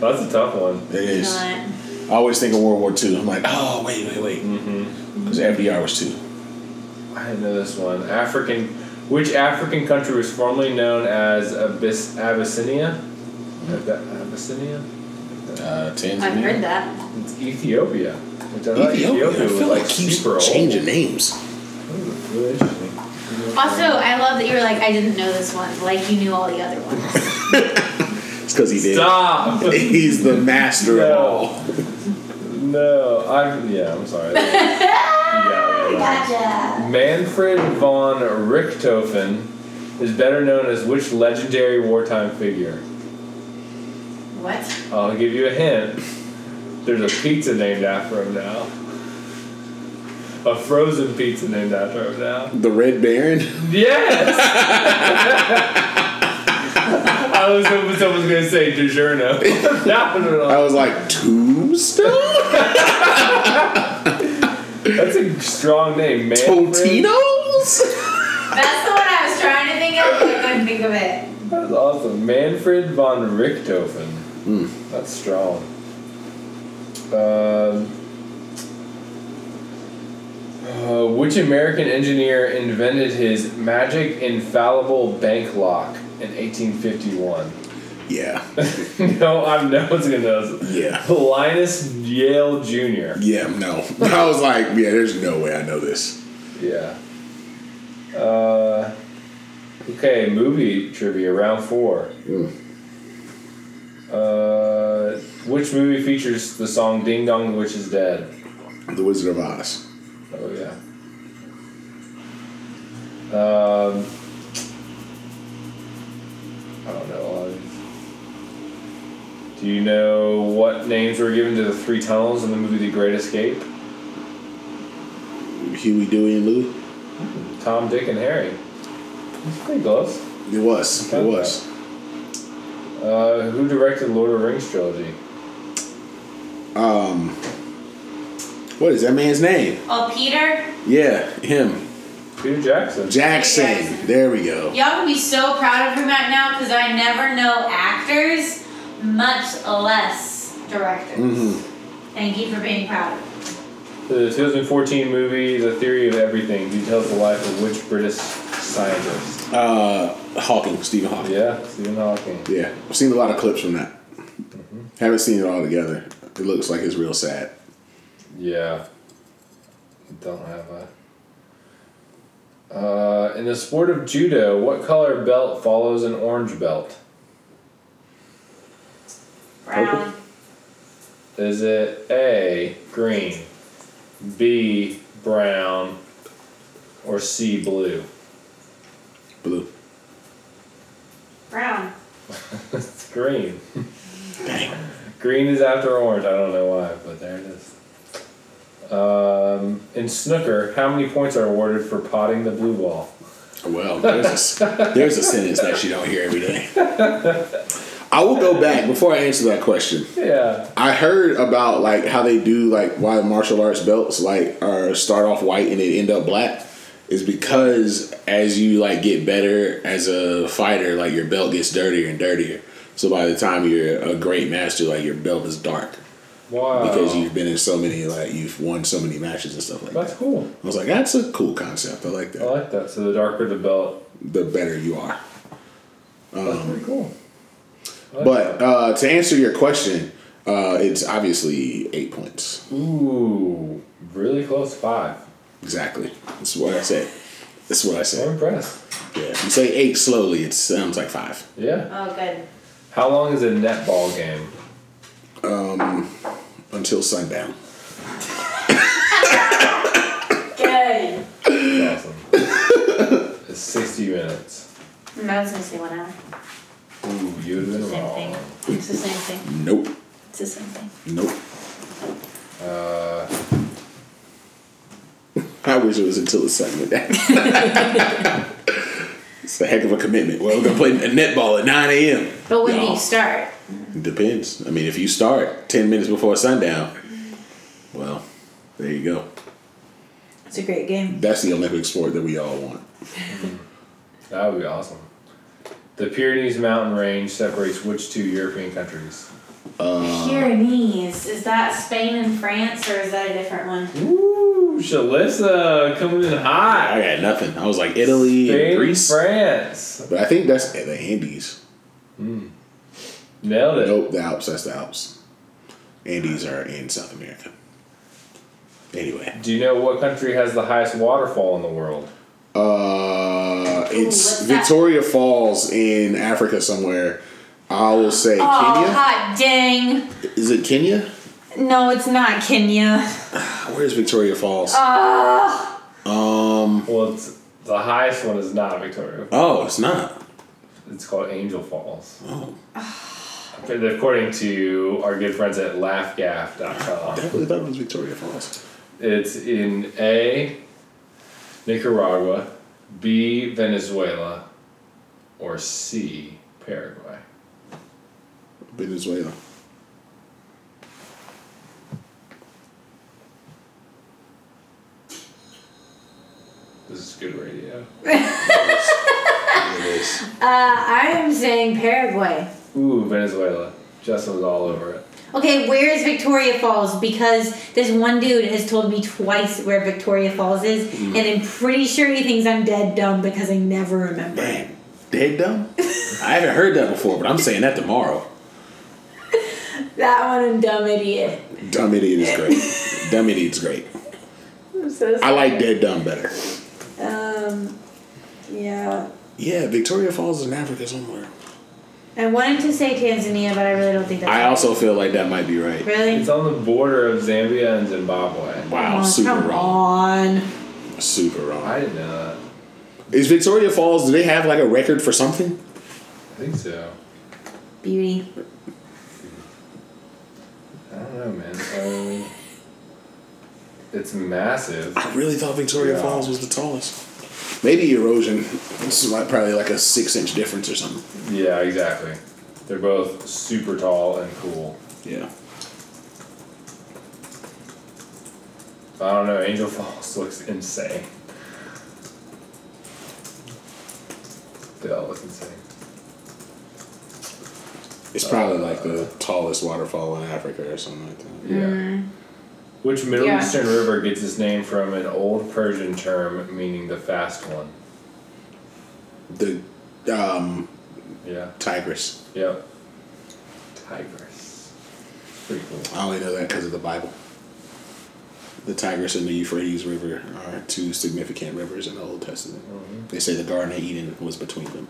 [SPEAKER 1] That's a tough one.
[SPEAKER 2] it is. I
[SPEAKER 3] Not-
[SPEAKER 2] always think of World War II. I'm like, oh wait, wait, wait,
[SPEAKER 1] Mm-hmm.
[SPEAKER 2] because FDR was two.
[SPEAKER 1] I didn't know this one. African. Which African country was formerly known as Abyss, Abyssinia? Ab- Abyssinia?
[SPEAKER 2] Uh, Tanzania.
[SPEAKER 3] I've heard that.
[SPEAKER 1] It's Ethiopia. Which I thought
[SPEAKER 2] Ethiopia. I
[SPEAKER 1] was
[SPEAKER 2] feel like
[SPEAKER 1] keeps
[SPEAKER 2] keeps changing names.
[SPEAKER 1] Really interesting.
[SPEAKER 3] Also, I love that you were like, I didn't know this one. Like, you knew all the other ones.
[SPEAKER 2] It's because he did.
[SPEAKER 1] Stop!
[SPEAKER 2] He's the master of all.
[SPEAKER 1] no. No. I, yeah, I'm sorry. yeah,
[SPEAKER 4] Gotcha.
[SPEAKER 1] Manfred von Richthofen is better known as which legendary wartime figure?
[SPEAKER 3] what?
[SPEAKER 1] I'll give you a hint. There's a pizza named after him now. A frozen pizza named after him now.
[SPEAKER 2] The Red Baron.
[SPEAKER 1] Yes! I was hoping someone was going to say DiGiorno. no, no, no.
[SPEAKER 2] I was like Tombstone,
[SPEAKER 1] That's a strong name, man.
[SPEAKER 2] Totinos.
[SPEAKER 4] That's the one I was trying to think of, but I couldn't think of it.
[SPEAKER 1] That's awesome. Manfred von Richthofen. That's strong. Um, uh, which American engineer invented his magic infallible bank lock in 1851?
[SPEAKER 2] Yeah,
[SPEAKER 1] no, I'm no one's gonna know. this.
[SPEAKER 2] yeah,
[SPEAKER 1] Linus Yale Jr.
[SPEAKER 2] yeah. No, I was like, yeah. There's no way I know this.
[SPEAKER 1] Yeah. Uh, okay, movie trivia, round four. Uh, which movie features the song Ding Dong the Witch is Dead?
[SPEAKER 2] The Wizard of Oz.
[SPEAKER 1] Oh, yeah. Um, I don't know. a lot of these. Do you know what names were given to the three tunnels in the movie The Great Escape?
[SPEAKER 2] Huey, Dewey, and Louie.
[SPEAKER 1] Tom, Dick, and Harry. That's pretty close.
[SPEAKER 2] It was. It was.
[SPEAKER 1] Uh, who directed Lord of the Rings trilogy?
[SPEAKER 2] Um, what is that man's name?
[SPEAKER 3] Oh, Peter?
[SPEAKER 2] Yeah, him.
[SPEAKER 1] Peter Jackson.
[SPEAKER 2] Jackson. There we go.
[SPEAKER 3] Y'all would be so proud of him right now because I never know actors, much less directors. Thank you for being proud.
[SPEAKER 1] the 2014 movie The Theory of Everything details the life of which British scientist?
[SPEAKER 2] Uh, Hawking, Stephen Hawking. Yeah.
[SPEAKER 1] Yeah, Stephen Hawking.
[SPEAKER 2] I've seen a lot of clips from that. Haven't seen it all together. It looks like it's real sad.
[SPEAKER 1] Yeah. Don't have a. Uh, in the sport of judo, what color belt follows an orange belt?
[SPEAKER 4] Brown.
[SPEAKER 1] Is it A, green, B, brown, or C, blue?
[SPEAKER 2] Blue.
[SPEAKER 4] Brown.
[SPEAKER 1] it's green.
[SPEAKER 2] Dang.
[SPEAKER 1] Green is after orange. I don't know why, but there it is. Um, in snooker, how many points are awarded for potting the blue ball?
[SPEAKER 2] Well, there's a, s- there's a sentence that you don't hear every day. I will go back before I answer that question.
[SPEAKER 1] Yeah.
[SPEAKER 2] I heard about like how they do like why martial arts belts like are start off white and they end up black is because as you like get better as a fighter, like your belt gets dirtier and dirtier. So by the time you're a great master, like your belt is dark
[SPEAKER 1] Wow.
[SPEAKER 2] because you've been in so many like you've won so many matches and stuff like
[SPEAKER 1] That's
[SPEAKER 2] that.
[SPEAKER 1] cool.
[SPEAKER 2] I was like, that's a cool concept. I like
[SPEAKER 1] I
[SPEAKER 2] that.
[SPEAKER 1] like that. So the darker the belt,
[SPEAKER 2] The better you are.
[SPEAKER 1] that's pretty cool. I like
[SPEAKER 2] Um, But
[SPEAKER 1] that.
[SPEAKER 2] uh, to answer your question, uh, it's obviously eight points.
[SPEAKER 1] ooh, really close five.
[SPEAKER 2] Exactly. That's what I said. That's what I
[SPEAKER 1] I'm
[SPEAKER 2] said.
[SPEAKER 1] impressed.
[SPEAKER 2] Yeah. If you say eight slowly, it sounds like five.
[SPEAKER 1] Yeah.
[SPEAKER 3] Oh, good.
[SPEAKER 1] How long is a netball game?
[SPEAKER 2] Until sundown.
[SPEAKER 4] Good.
[SPEAKER 1] That's awesome. it's 60 minutes.
[SPEAKER 3] I was gonna say one hour.
[SPEAKER 1] Ooh, you would have been
[SPEAKER 3] Same
[SPEAKER 1] wrong.
[SPEAKER 3] thing. It's the same thing.
[SPEAKER 2] Nope.
[SPEAKER 3] It's the same thing.
[SPEAKER 2] Nope.
[SPEAKER 1] Uh,
[SPEAKER 2] I wish it was until the sun went down. it's a heck of a commitment. Well, we're gonna play netball at nine a.m.
[SPEAKER 3] But when do
[SPEAKER 2] No.
[SPEAKER 3] you start?
[SPEAKER 2] Depends. I mean, if you start ten minutes before sundown, well, go.
[SPEAKER 4] It's a great game.
[SPEAKER 2] That's the Olympic sport that we all want.
[SPEAKER 1] That would be awesome. The Pyrenees mountain range separates which two European countries?
[SPEAKER 3] Pyrenees. Is that Spain and France, or is that a different one?
[SPEAKER 1] Woo, Shalissa coming in
[SPEAKER 2] I
[SPEAKER 1] hot.
[SPEAKER 2] got nothing. I was like Italy and
[SPEAKER 1] Spain,
[SPEAKER 2] Greece,
[SPEAKER 1] France.
[SPEAKER 2] but I think that's the Andes.
[SPEAKER 1] Nailed it.
[SPEAKER 2] Nope, the Alps. That's the Alps. Andes are in South America. Anyway,
[SPEAKER 1] Do you know what country has the highest waterfall in the world?
[SPEAKER 2] uh, it's
[SPEAKER 3] what's that?
[SPEAKER 2] Victoria Falls in Africa somewhere. I will say
[SPEAKER 3] Oh,
[SPEAKER 2] Kenya.
[SPEAKER 3] hot dang.
[SPEAKER 2] Is it Kenya?
[SPEAKER 3] No, it's not Kenya.
[SPEAKER 2] Where's Victoria Falls?
[SPEAKER 3] Oh,
[SPEAKER 2] um.
[SPEAKER 1] Well, it's, the highest one is not Victoria.
[SPEAKER 2] Oh, it's not.
[SPEAKER 1] It's called Angel Falls.
[SPEAKER 2] Oh,
[SPEAKER 1] According to our good friends at
[SPEAKER 2] I
[SPEAKER 1] laughgaff.com,
[SPEAKER 2] really thought it was Victoria Falls.
[SPEAKER 1] it's in A, Nicaragua, B, Venezuela, or C, Paraguay.
[SPEAKER 2] Venezuela.
[SPEAKER 1] This is good radio.
[SPEAKER 2] It is.
[SPEAKER 3] uh, I am saying Paraguay.
[SPEAKER 1] Ooh, Venezuela. Justin was all over it.
[SPEAKER 3] Okay, where is Victoria Falls? Because this one dude has told me twice where Victoria Falls is,
[SPEAKER 2] Mm-hmm.
[SPEAKER 3] and I'm pretty sure he thinks I'm dead dumb because I never remember.
[SPEAKER 2] Dang, dead dumb? I haven't heard that before, but I'm saying that tomorrow.
[SPEAKER 3] That one, I'm dumb idiot.
[SPEAKER 2] Dumb idiot is great. dumb idiot's great.
[SPEAKER 3] I'm so
[SPEAKER 2] I like dead dumb better.
[SPEAKER 3] Um, yeah.
[SPEAKER 2] Yeah, Victoria Falls is in Africa somewhere.
[SPEAKER 3] I wanted to say Tanzania, but I really don't think that's
[SPEAKER 2] I
[SPEAKER 3] right.
[SPEAKER 2] also feel like that might be right.
[SPEAKER 3] really.
[SPEAKER 1] It's on the border of Zambia and Zimbabwe.
[SPEAKER 2] Wow,
[SPEAKER 3] Oh,
[SPEAKER 2] super
[SPEAKER 3] come
[SPEAKER 2] wrong.
[SPEAKER 3] on.
[SPEAKER 2] Super wrong.
[SPEAKER 1] I didn't know that.
[SPEAKER 2] Is Victoria Falls? Do they have like a record for something?
[SPEAKER 1] I think so.
[SPEAKER 3] Beauty.
[SPEAKER 1] I don't know, man. Um, it's massive.
[SPEAKER 2] I really thought Victoria
[SPEAKER 1] Yeah.
[SPEAKER 2] Falls was the tallest. Maybe erosion. This is like probably like a six inch difference or something.
[SPEAKER 1] Yeah, exactly. They're both super tall and cool.
[SPEAKER 2] Yeah.
[SPEAKER 1] I don't know. Angel Falls looks insane. They all look insane.
[SPEAKER 2] It's probably like the tallest waterfall in Africa or something like that.
[SPEAKER 1] Yeah. Which Middle
[SPEAKER 3] Yeah.
[SPEAKER 1] Eastern river gets its name from an old Persian term meaning the fast one?
[SPEAKER 2] The um,
[SPEAKER 1] Yeah.
[SPEAKER 2] Tigris.
[SPEAKER 1] Yep. Tigris. Pretty cool.
[SPEAKER 2] I only know that because of the Bible. The Tigris and the Euphrates River are two significant rivers in the Old Testament. They say the Garden of Eden was between them.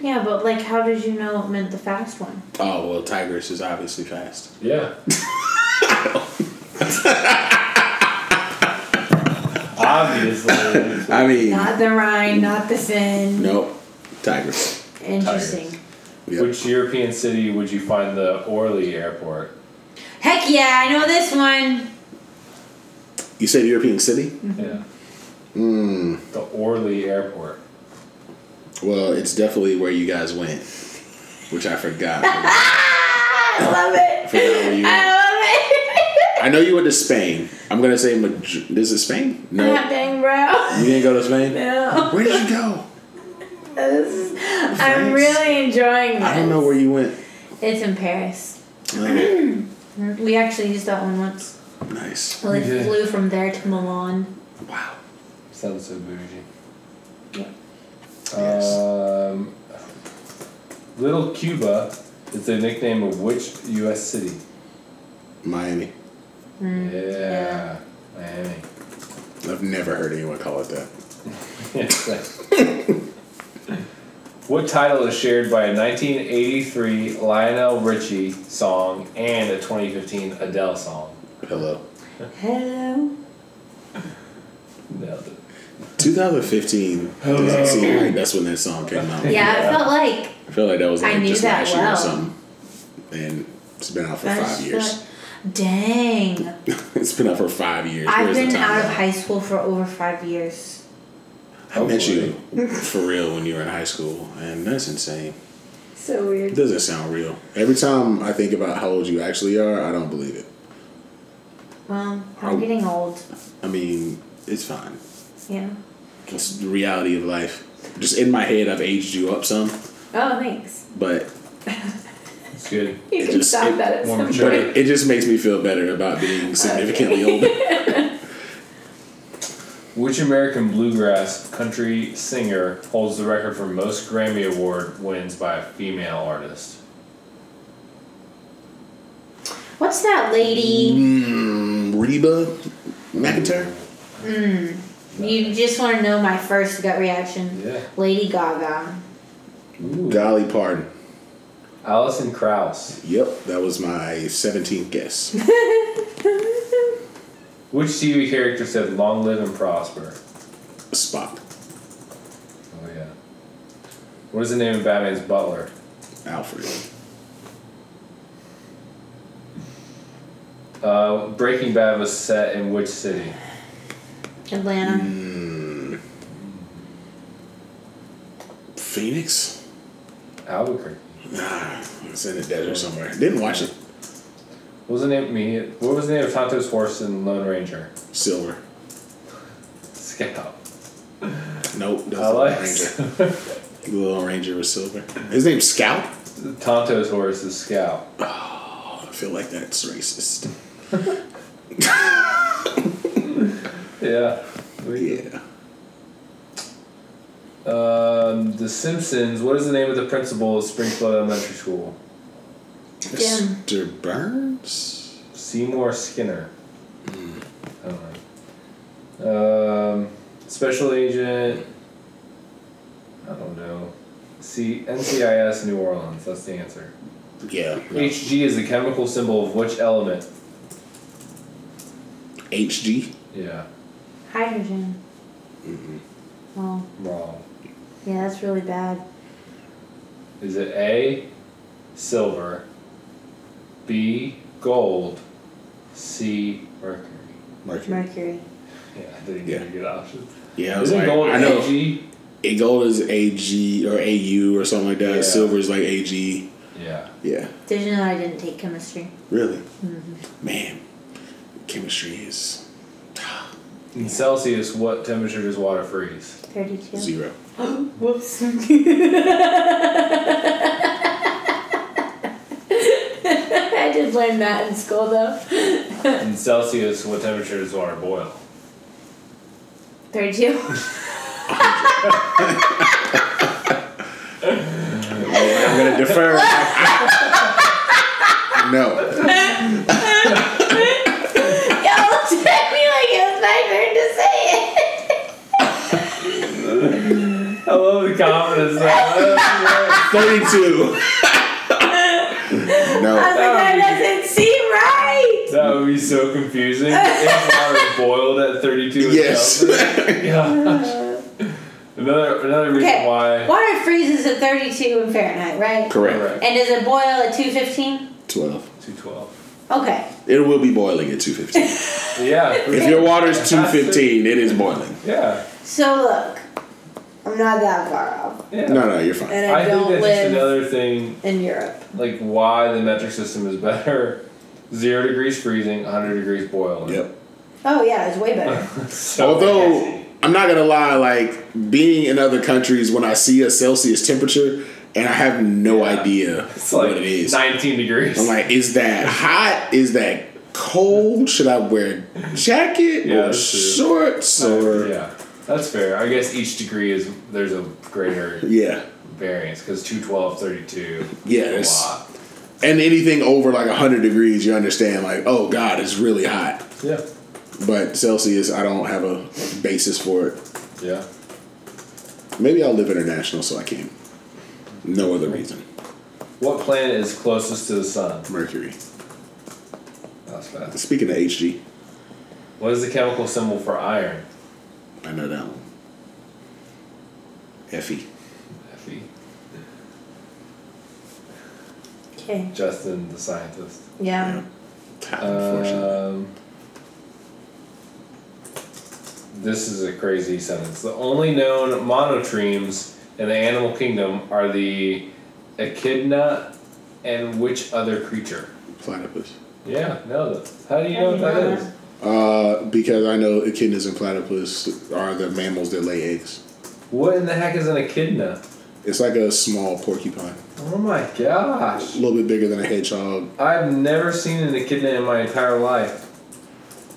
[SPEAKER 3] Yeah, but like, how did you know it meant the fast one?
[SPEAKER 2] Oh well, Tigris is obviously fast.
[SPEAKER 1] Yeah. Obviously.
[SPEAKER 2] I mean,
[SPEAKER 3] Not the Rhine, not the Seine.
[SPEAKER 2] nope, Tigris.
[SPEAKER 3] Interesting.
[SPEAKER 2] Yeah.
[SPEAKER 1] Which European city would you find the Orly Airport?
[SPEAKER 3] Heck yeah, I know this one.
[SPEAKER 2] you said European city?
[SPEAKER 1] Yeah.
[SPEAKER 2] Mm.
[SPEAKER 1] The Orly Airport.
[SPEAKER 2] Well, it's definitely where you guys went, which I forgot.
[SPEAKER 4] Ah, I love it.
[SPEAKER 2] forgot where you
[SPEAKER 4] I
[SPEAKER 2] went.
[SPEAKER 4] love
[SPEAKER 2] I know you went to Spain. I'm gonna say Madrid. Is it Spain?
[SPEAKER 4] it.
[SPEAKER 2] No,
[SPEAKER 4] Hot dang, bro.
[SPEAKER 2] you didn't go to Spain.
[SPEAKER 4] No.
[SPEAKER 2] Where did you go?
[SPEAKER 4] This is- I'm
[SPEAKER 2] Thanks.
[SPEAKER 4] really enjoying this.
[SPEAKER 2] I don't know where you went.
[SPEAKER 3] It's in Paris.
[SPEAKER 2] Oh,
[SPEAKER 3] We actually used that one once.
[SPEAKER 2] nice.
[SPEAKER 3] Well,
[SPEAKER 1] We
[SPEAKER 3] it
[SPEAKER 1] did.
[SPEAKER 3] flew from there to Milan.
[SPEAKER 2] Wow.
[SPEAKER 1] Sounds so bougie.
[SPEAKER 3] Yeah.
[SPEAKER 2] Yes.
[SPEAKER 1] Um, Little Cuba is the nickname of which U.S. city?
[SPEAKER 2] Miami.
[SPEAKER 3] Mm,
[SPEAKER 1] Yeah. Miami.
[SPEAKER 2] I've never heard anyone call it that.
[SPEAKER 1] what title is shared by a 1983 Lionel Richie song and a 2015 Adele song?
[SPEAKER 2] Hello.
[SPEAKER 3] Hello.
[SPEAKER 1] Nailed it.
[SPEAKER 2] 2015 doesn't seem like that's when that song came out.
[SPEAKER 3] Yeah, I felt like
[SPEAKER 2] I feel like that was
[SPEAKER 3] I
[SPEAKER 2] like
[SPEAKER 3] knew
[SPEAKER 2] just
[SPEAKER 3] that
[SPEAKER 2] last year or
[SPEAKER 3] well.
[SPEAKER 2] something. And it's been out for
[SPEAKER 3] I
[SPEAKER 2] five
[SPEAKER 3] just
[SPEAKER 2] years.
[SPEAKER 3] felt- Dang.
[SPEAKER 2] it's been out for five years.
[SPEAKER 3] I've
[SPEAKER 2] Where's the
[SPEAKER 3] been
[SPEAKER 2] time
[SPEAKER 3] out of
[SPEAKER 2] now?
[SPEAKER 3] high school for over five years.
[SPEAKER 2] I met you for real when you were in high school, and that's insane.
[SPEAKER 3] So
[SPEAKER 2] It
[SPEAKER 3] weird.
[SPEAKER 2] doesn't sound real. Every time I think about how old you actually are, I don't believe it.
[SPEAKER 3] Well,
[SPEAKER 2] Oh.
[SPEAKER 3] I'm getting old.
[SPEAKER 2] I mean, it's fine.
[SPEAKER 3] Yeah.
[SPEAKER 2] Just the reality of life. Just in my head, I've aged you up some,
[SPEAKER 3] Oh, thanks.
[SPEAKER 2] but
[SPEAKER 1] It's good.
[SPEAKER 4] You
[SPEAKER 2] It
[SPEAKER 4] can
[SPEAKER 2] just-
[SPEAKER 4] stop
[SPEAKER 2] it-
[SPEAKER 4] that at
[SPEAKER 1] more
[SPEAKER 4] some
[SPEAKER 1] mature.
[SPEAKER 2] but
[SPEAKER 4] point.
[SPEAKER 2] it, it just makes me feel better about being significantly older.
[SPEAKER 1] Which American bluegrass country singer holds the record for most Grammy Award wins by a female artist?
[SPEAKER 3] What's that lady?
[SPEAKER 2] Mm, Reba McIntyre.
[SPEAKER 3] Mm. You just want to know my first gut reaction.
[SPEAKER 1] Yeah.
[SPEAKER 3] Lady Gaga.
[SPEAKER 1] Ooh.
[SPEAKER 2] Dolly Parton.
[SPEAKER 1] Allison Krauss.
[SPEAKER 2] Yep, that was my 17th guess.
[SPEAKER 1] Which TV character said "Long live and prosper"?
[SPEAKER 2] Spock.
[SPEAKER 1] Oh yeah. What is the name of Batman's butler?
[SPEAKER 2] Alfred.
[SPEAKER 1] Uh, Breaking Bad was set in which city?
[SPEAKER 3] Atlanta.
[SPEAKER 2] Mm. Phoenix?
[SPEAKER 1] Albuquerque.
[SPEAKER 2] Nah, it's in the desert somewhere. Didn't watch it.
[SPEAKER 1] What was the name? Me. What was the name of Tonto's horse in Lone Ranger?
[SPEAKER 2] Silver.
[SPEAKER 1] Scout.
[SPEAKER 2] Nope. That's
[SPEAKER 1] I
[SPEAKER 2] Lone
[SPEAKER 1] like.
[SPEAKER 2] Ranger. The Little Ranger was silver. His name's Scout?
[SPEAKER 1] Tonto's horse is Scout.
[SPEAKER 2] Oh, I feel like that's racist.
[SPEAKER 1] Yeah.
[SPEAKER 2] Yeah.
[SPEAKER 1] Um, the Simpsons. What is the name of the principal of Springfield Elementary School?
[SPEAKER 3] Jim.
[SPEAKER 2] Mr. Burns?
[SPEAKER 1] Seymour Skinner.
[SPEAKER 2] Hmm.
[SPEAKER 1] I don't know. Um, Special Agent. I don't know. C NCIS New Orleans. That's the answer.
[SPEAKER 2] Yeah. no.
[SPEAKER 1] HG is the chemical symbol of which element?
[SPEAKER 2] HG?
[SPEAKER 1] Yeah,
[SPEAKER 3] Hydrogen. Well,
[SPEAKER 1] wrong.
[SPEAKER 3] yeah, that's really bad.
[SPEAKER 1] Is it A, silver, B, gold, C, mercury?
[SPEAKER 2] Mercury.
[SPEAKER 3] Mercury.
[SPEAKER 1] Yeah, I didn't
[SPEAKER 2] Yeah.
[SPEAKER 1] give you good options.
[SPEAKER 2] Yeah, I was
[SPEAKER 1] Isn't
[SPEAKER 2] like,
[SPEAKER 1] gold
[SPEAKER 2] I know.
[SPEAKER 1] AG?
[SPEAKER 2] A gold is AG or AU or something like that.
[SPEAKER 1] Yeah.
[SPEAKER 2] Silver is like AG.
[SPEAKER 1] Yeah.
[SPEAKER 2] Yeah,
[SPEAKER 3] Did you know I didn't take chemistry?
[SPEAKER 2] really. Man, chemistry is
[SPEAKER 1] In Celsius, what temperature does water freeze?
[SPEAKER 3] 32.
[SPEAKER 2] zero.
[SPEAKER 3] Whoops. I did learn that in school though.
[SPEAKER 1] In Celsius, what temperature does water boil?
[SPEAKER 3] 32.
[SPEAKER 2] I'm gonna defer. no,
[SPEAKER 4] Y'all looked at me like it was my turn to say it.
[SPEAKER 1] I love the confidence. that-
[SPEAKER 2] thirty-two.
[SPEAKER 4] I
[SPEAKER 2] no,
[SPEAKER 4] was like, that doesn't seem right.
[SPEAKER 1] that would be so confusing. If water boiled at 32 in
[SPEAKER 2] yes.
[SPEAKER 1] Celsius. Yeah. Another, another reason
[SPEAKER 3] Okay.
[SPEAKER 1] why.
[SPEAKER 3] Water freezes at 32 in Fahrenheit, right?
[SPEAKER 2] Correct.
[SPEAKER 1] Correct.
[SPEAKER 3] And does it boil at 215?
[SPEAKER 2] Twelve.
[SPEAKER 1] 212.
[SPEAKER 3] Okay.
[SPEAKER 2] It will be boiling at two fifteen.
[SPEAKER 1] Yeah.
[SPEAKER 2] If your water's two fifteen, it is boiling.
[SPEAKER 1] Yeah.
[SPEAKER 3] So look, I'm not that far off.
[SPEAKER 1] yeah.
[SPEAKER 2] No, no, you're fine.
[SPEAKER 3] And I,
[SPEAKER 1] I think
[SPEAKER 3] don't
[SPEAKER 1] that's just
[SPEAKER 3] live
[SPEAKER 1] another thing,
[SPEAKER 3] in Europe.
[SPEAKER 1] like why the metric system is better. Zero degrees freezing, 100 degrees boiling.
[SPEAKER 2] Yep.
[SPEAKER 3] Oh yeah, it's way better.
[SPEAKER 1] So
[SPEAKER 2] Although
[SPEAKER 1] nasty.
[SPEAKER 2] I'm not gonna lie, like being in other countries, when I see a Celsius temperature and I have no idea
[SPEAKER 1] it's
[SPEAKER 2] what
[SPEAKER 1] like
[SPEAKER 2] it is,
[SPEAKER 1] 19 degrees.
[SPEAKER 2] I'm like, is that hot? Is that cold? Should I wear a jacket
[SPEAKER 1] Yeah,
[SPEAKER 2] or
[SPEAKER 1] that's true.
[SPEAKER 2] shorts or yeah.
[SPEAKER 1] yeah, that's fair. I guess each degree is there's a greater
[SPEAKER 2] yeah,
[SPEAKER 1] variance because 212, 32.
[SPEAKER 2] Yeah,
[SPEAKER 1] is
[SPEAKER 2] it's-
[SPEAKER 1] a lot.
[SPEAKER 2] and anything over like 100 degrees, you understand like, oh god, it's really hot.
[SPEAKER 1] Yeah,
[SPEAKER 2] But Celsius, I don't have a basis for it.
[SPEAKER 1] yeah.
[SPEAKER 2] Maybe I'll live international, so I can. No other reason.
[SPEAKER 1] What planet is closest to the sun?
[SPEAKER 2] Mercury.
[SPEAKER 1] That's fast.
[SPEAKER 2] Speaking of HG,
[SPEAKER 1] What is the chemical symbol for iron?
[SPEAKER 2] I know that one. E. Fe.
[SPEAKER 1] Fe.
[SPEAKER 3] Okay.
[SPEAKER 1] Justin, the scientist.
[SPEAKER 3] Yeah.
[SPEAKER 2] Unfortunately.
[SPEAKER 1] Um, this is a crazy sentence. The only known monotremes in the animal kingdom are the echidna and which other creature?
[SPEAKER 2] Platypus.
[SPEAKER 1] Yeah, no. How do you know what that is?
[SPEAKER 2] uh, because I know echidnas and platypus are the mammals that lay eggs.
[SPEAKER 1] What in the heck is an echidna?
[SPEAKER 2] It's like a small porcupine,
[SPEAKER 1] Oh my
[SPEAKER 2] a
[SPEAKER 1] gosh.
[SPEAKER 2] little bit bigger than a hedgehog.
[SPEAKER 1] I've never seen an echidna in my entire life.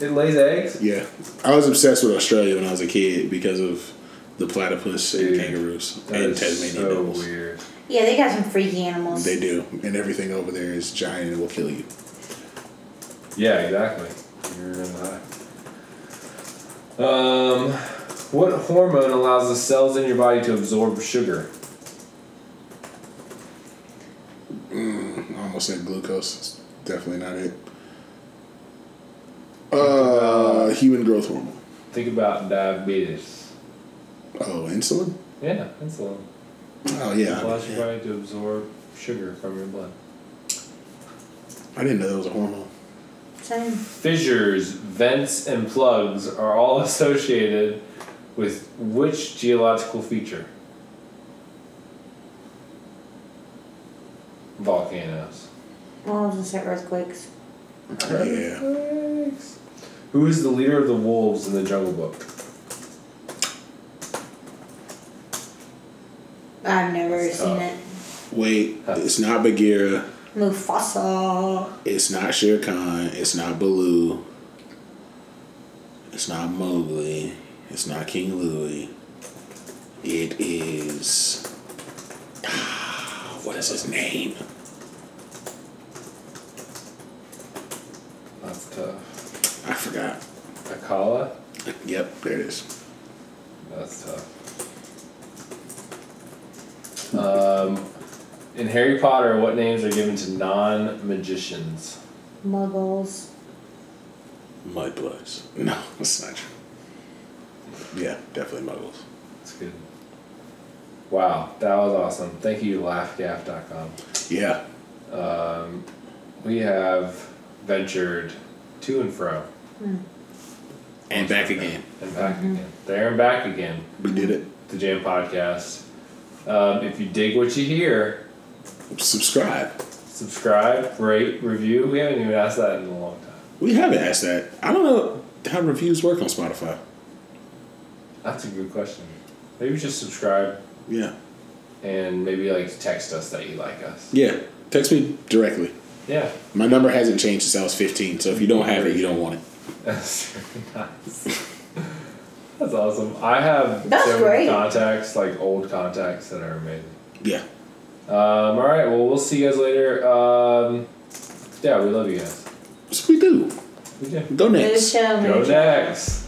[SPEAKER 1] It lays eggs?
[SPEAKER 2] Yeah, I was obsessed with Australia when I was a kid because of the platypus and
[SPEAKER 1] Dude,
[SPEAKER 2] kangaroos
[SPEAKER 1] That
[SPEAKER 2] and
[SPEAKER 1] is
[SPEAKER 2] Tasmanian
[SPEAKER 1] so
[SPEAKER 2] devils.
[SPEAKER 1] weird.
[SPEAKER 3] Yeah, they got some freaky animals.
[SPEAKER 2] They do, and everything over there is giant and will kill you.
[SPEAKER 1] Yeah, exactly. You're in the high. Um, what hormone allows the cells in your body to absorb sugar?
[SPEAKER 2] I almost said glucose. It's definitely not it. Uh, human growth hormone.
[SPEAKER 1] Think about diabetes.
[SPEAKER 2] Oh, insulin.
[SPEAKER 1] Yeah, insulin.
[SPEAKER 2] Oh yeah, I,
[SPEAKER 1] Allows your body to absorb sugar from your blood.
[SPEAKER 2] I didn't know that was a hormone.
[SPEAKER 3] Same.
[SPEAKER 1] Fissures, vents, and plugs are all associated with which geological feature? Volcanoes.
[SPEAKER 3] Well, I was gonna say earthquakes.
[SPEAKER 2] Yeah,
[SPEAKER 1] Earthquakes. Who is the leader of the wolves in the Jungle Book?
[SPEAKER 3] I've never
[SPEAKER 1] It's
[SPEAKER 3] seen
[SPEAKER 1] tough.
[SPEAKER 3] it.
[SPEAKER 2] wait, it's not Bagheera.
[SPEAKER 3] Mufasa.
[SPEAKER 2] It's not Shere Khan. It's not Baloo. It's not Mowgli. It's not King Louie. It is. ah, What is his name?
[SPEAKER 1] That's tough.
[SPEAKER 2] I forgot.
[SPEAKER 1] Akala?
[SPEAKER 2] Yep, there it is.
[SPEAKER 1] That's tough. Um, in Harry Potter, what names are given to non magicians?
[SPEAKER 3] Muggles.
[SPEAKER 2] Mudbloods. No, it's not true. Yeah, definitely Muggles.
[SPEAKER 1] That's good. Wow, that was awesome. Thank you, laughgaff.com.
[SPEAKER 2] Yeah.
[SPEAKER 1] Um, we have ventured to and fro
[SPEAKER 2] And back again.
[SPEAKER 1] and back again. There and back again.
[SPEAKER 2] We did it.
[SPEAKER 1] The Jam Podcast. Um, if you dig what you hear,
[SPEAKER 2] Subscribe.
[SPEAKER 1] subscribe, rate, review. We haven't even asked that in a long time.
[SPEAKER 2] We haven't asked that. I don't know how reviews work on Spotify.
[SPEAKER 1] That's a good question. Maybe just subscribe
[SPEAKER 2] Yeah.
[SPEAKER 1] and maybe like text us that you like us.
[SPEAKER 2] Yeah. Text me directly.
[SPEAKER 1] Yeah.
[SPEAKER 2] My number hasn't changed since I was 15, so if you don't have it, you don't want it.
[SPEAKER 1] That's really nice. That's awesome. I have
[SPEAKER 3] That's
[SPEAKER 1] so
[SPEAKER 3] great.
[SPEAKER 1] many contacts, like old contacts that are amazing.
[SPEAKER 2] Yeah.
[SPEAKER 1] Um, all right. Well, we'll see you guys later. Um, yeah, we love you guys.
[SPEAKER 2] So we do.
[SPEAKER 1] We do.
[SPEAKER 2] Go
[SPEAKER 3] Good
[SPEAKER 2] next.
[SPEAKER 3] show.
[SPEAKER 1] Go
[SPEAKER 3] Major.
[SPEAKER 1] next.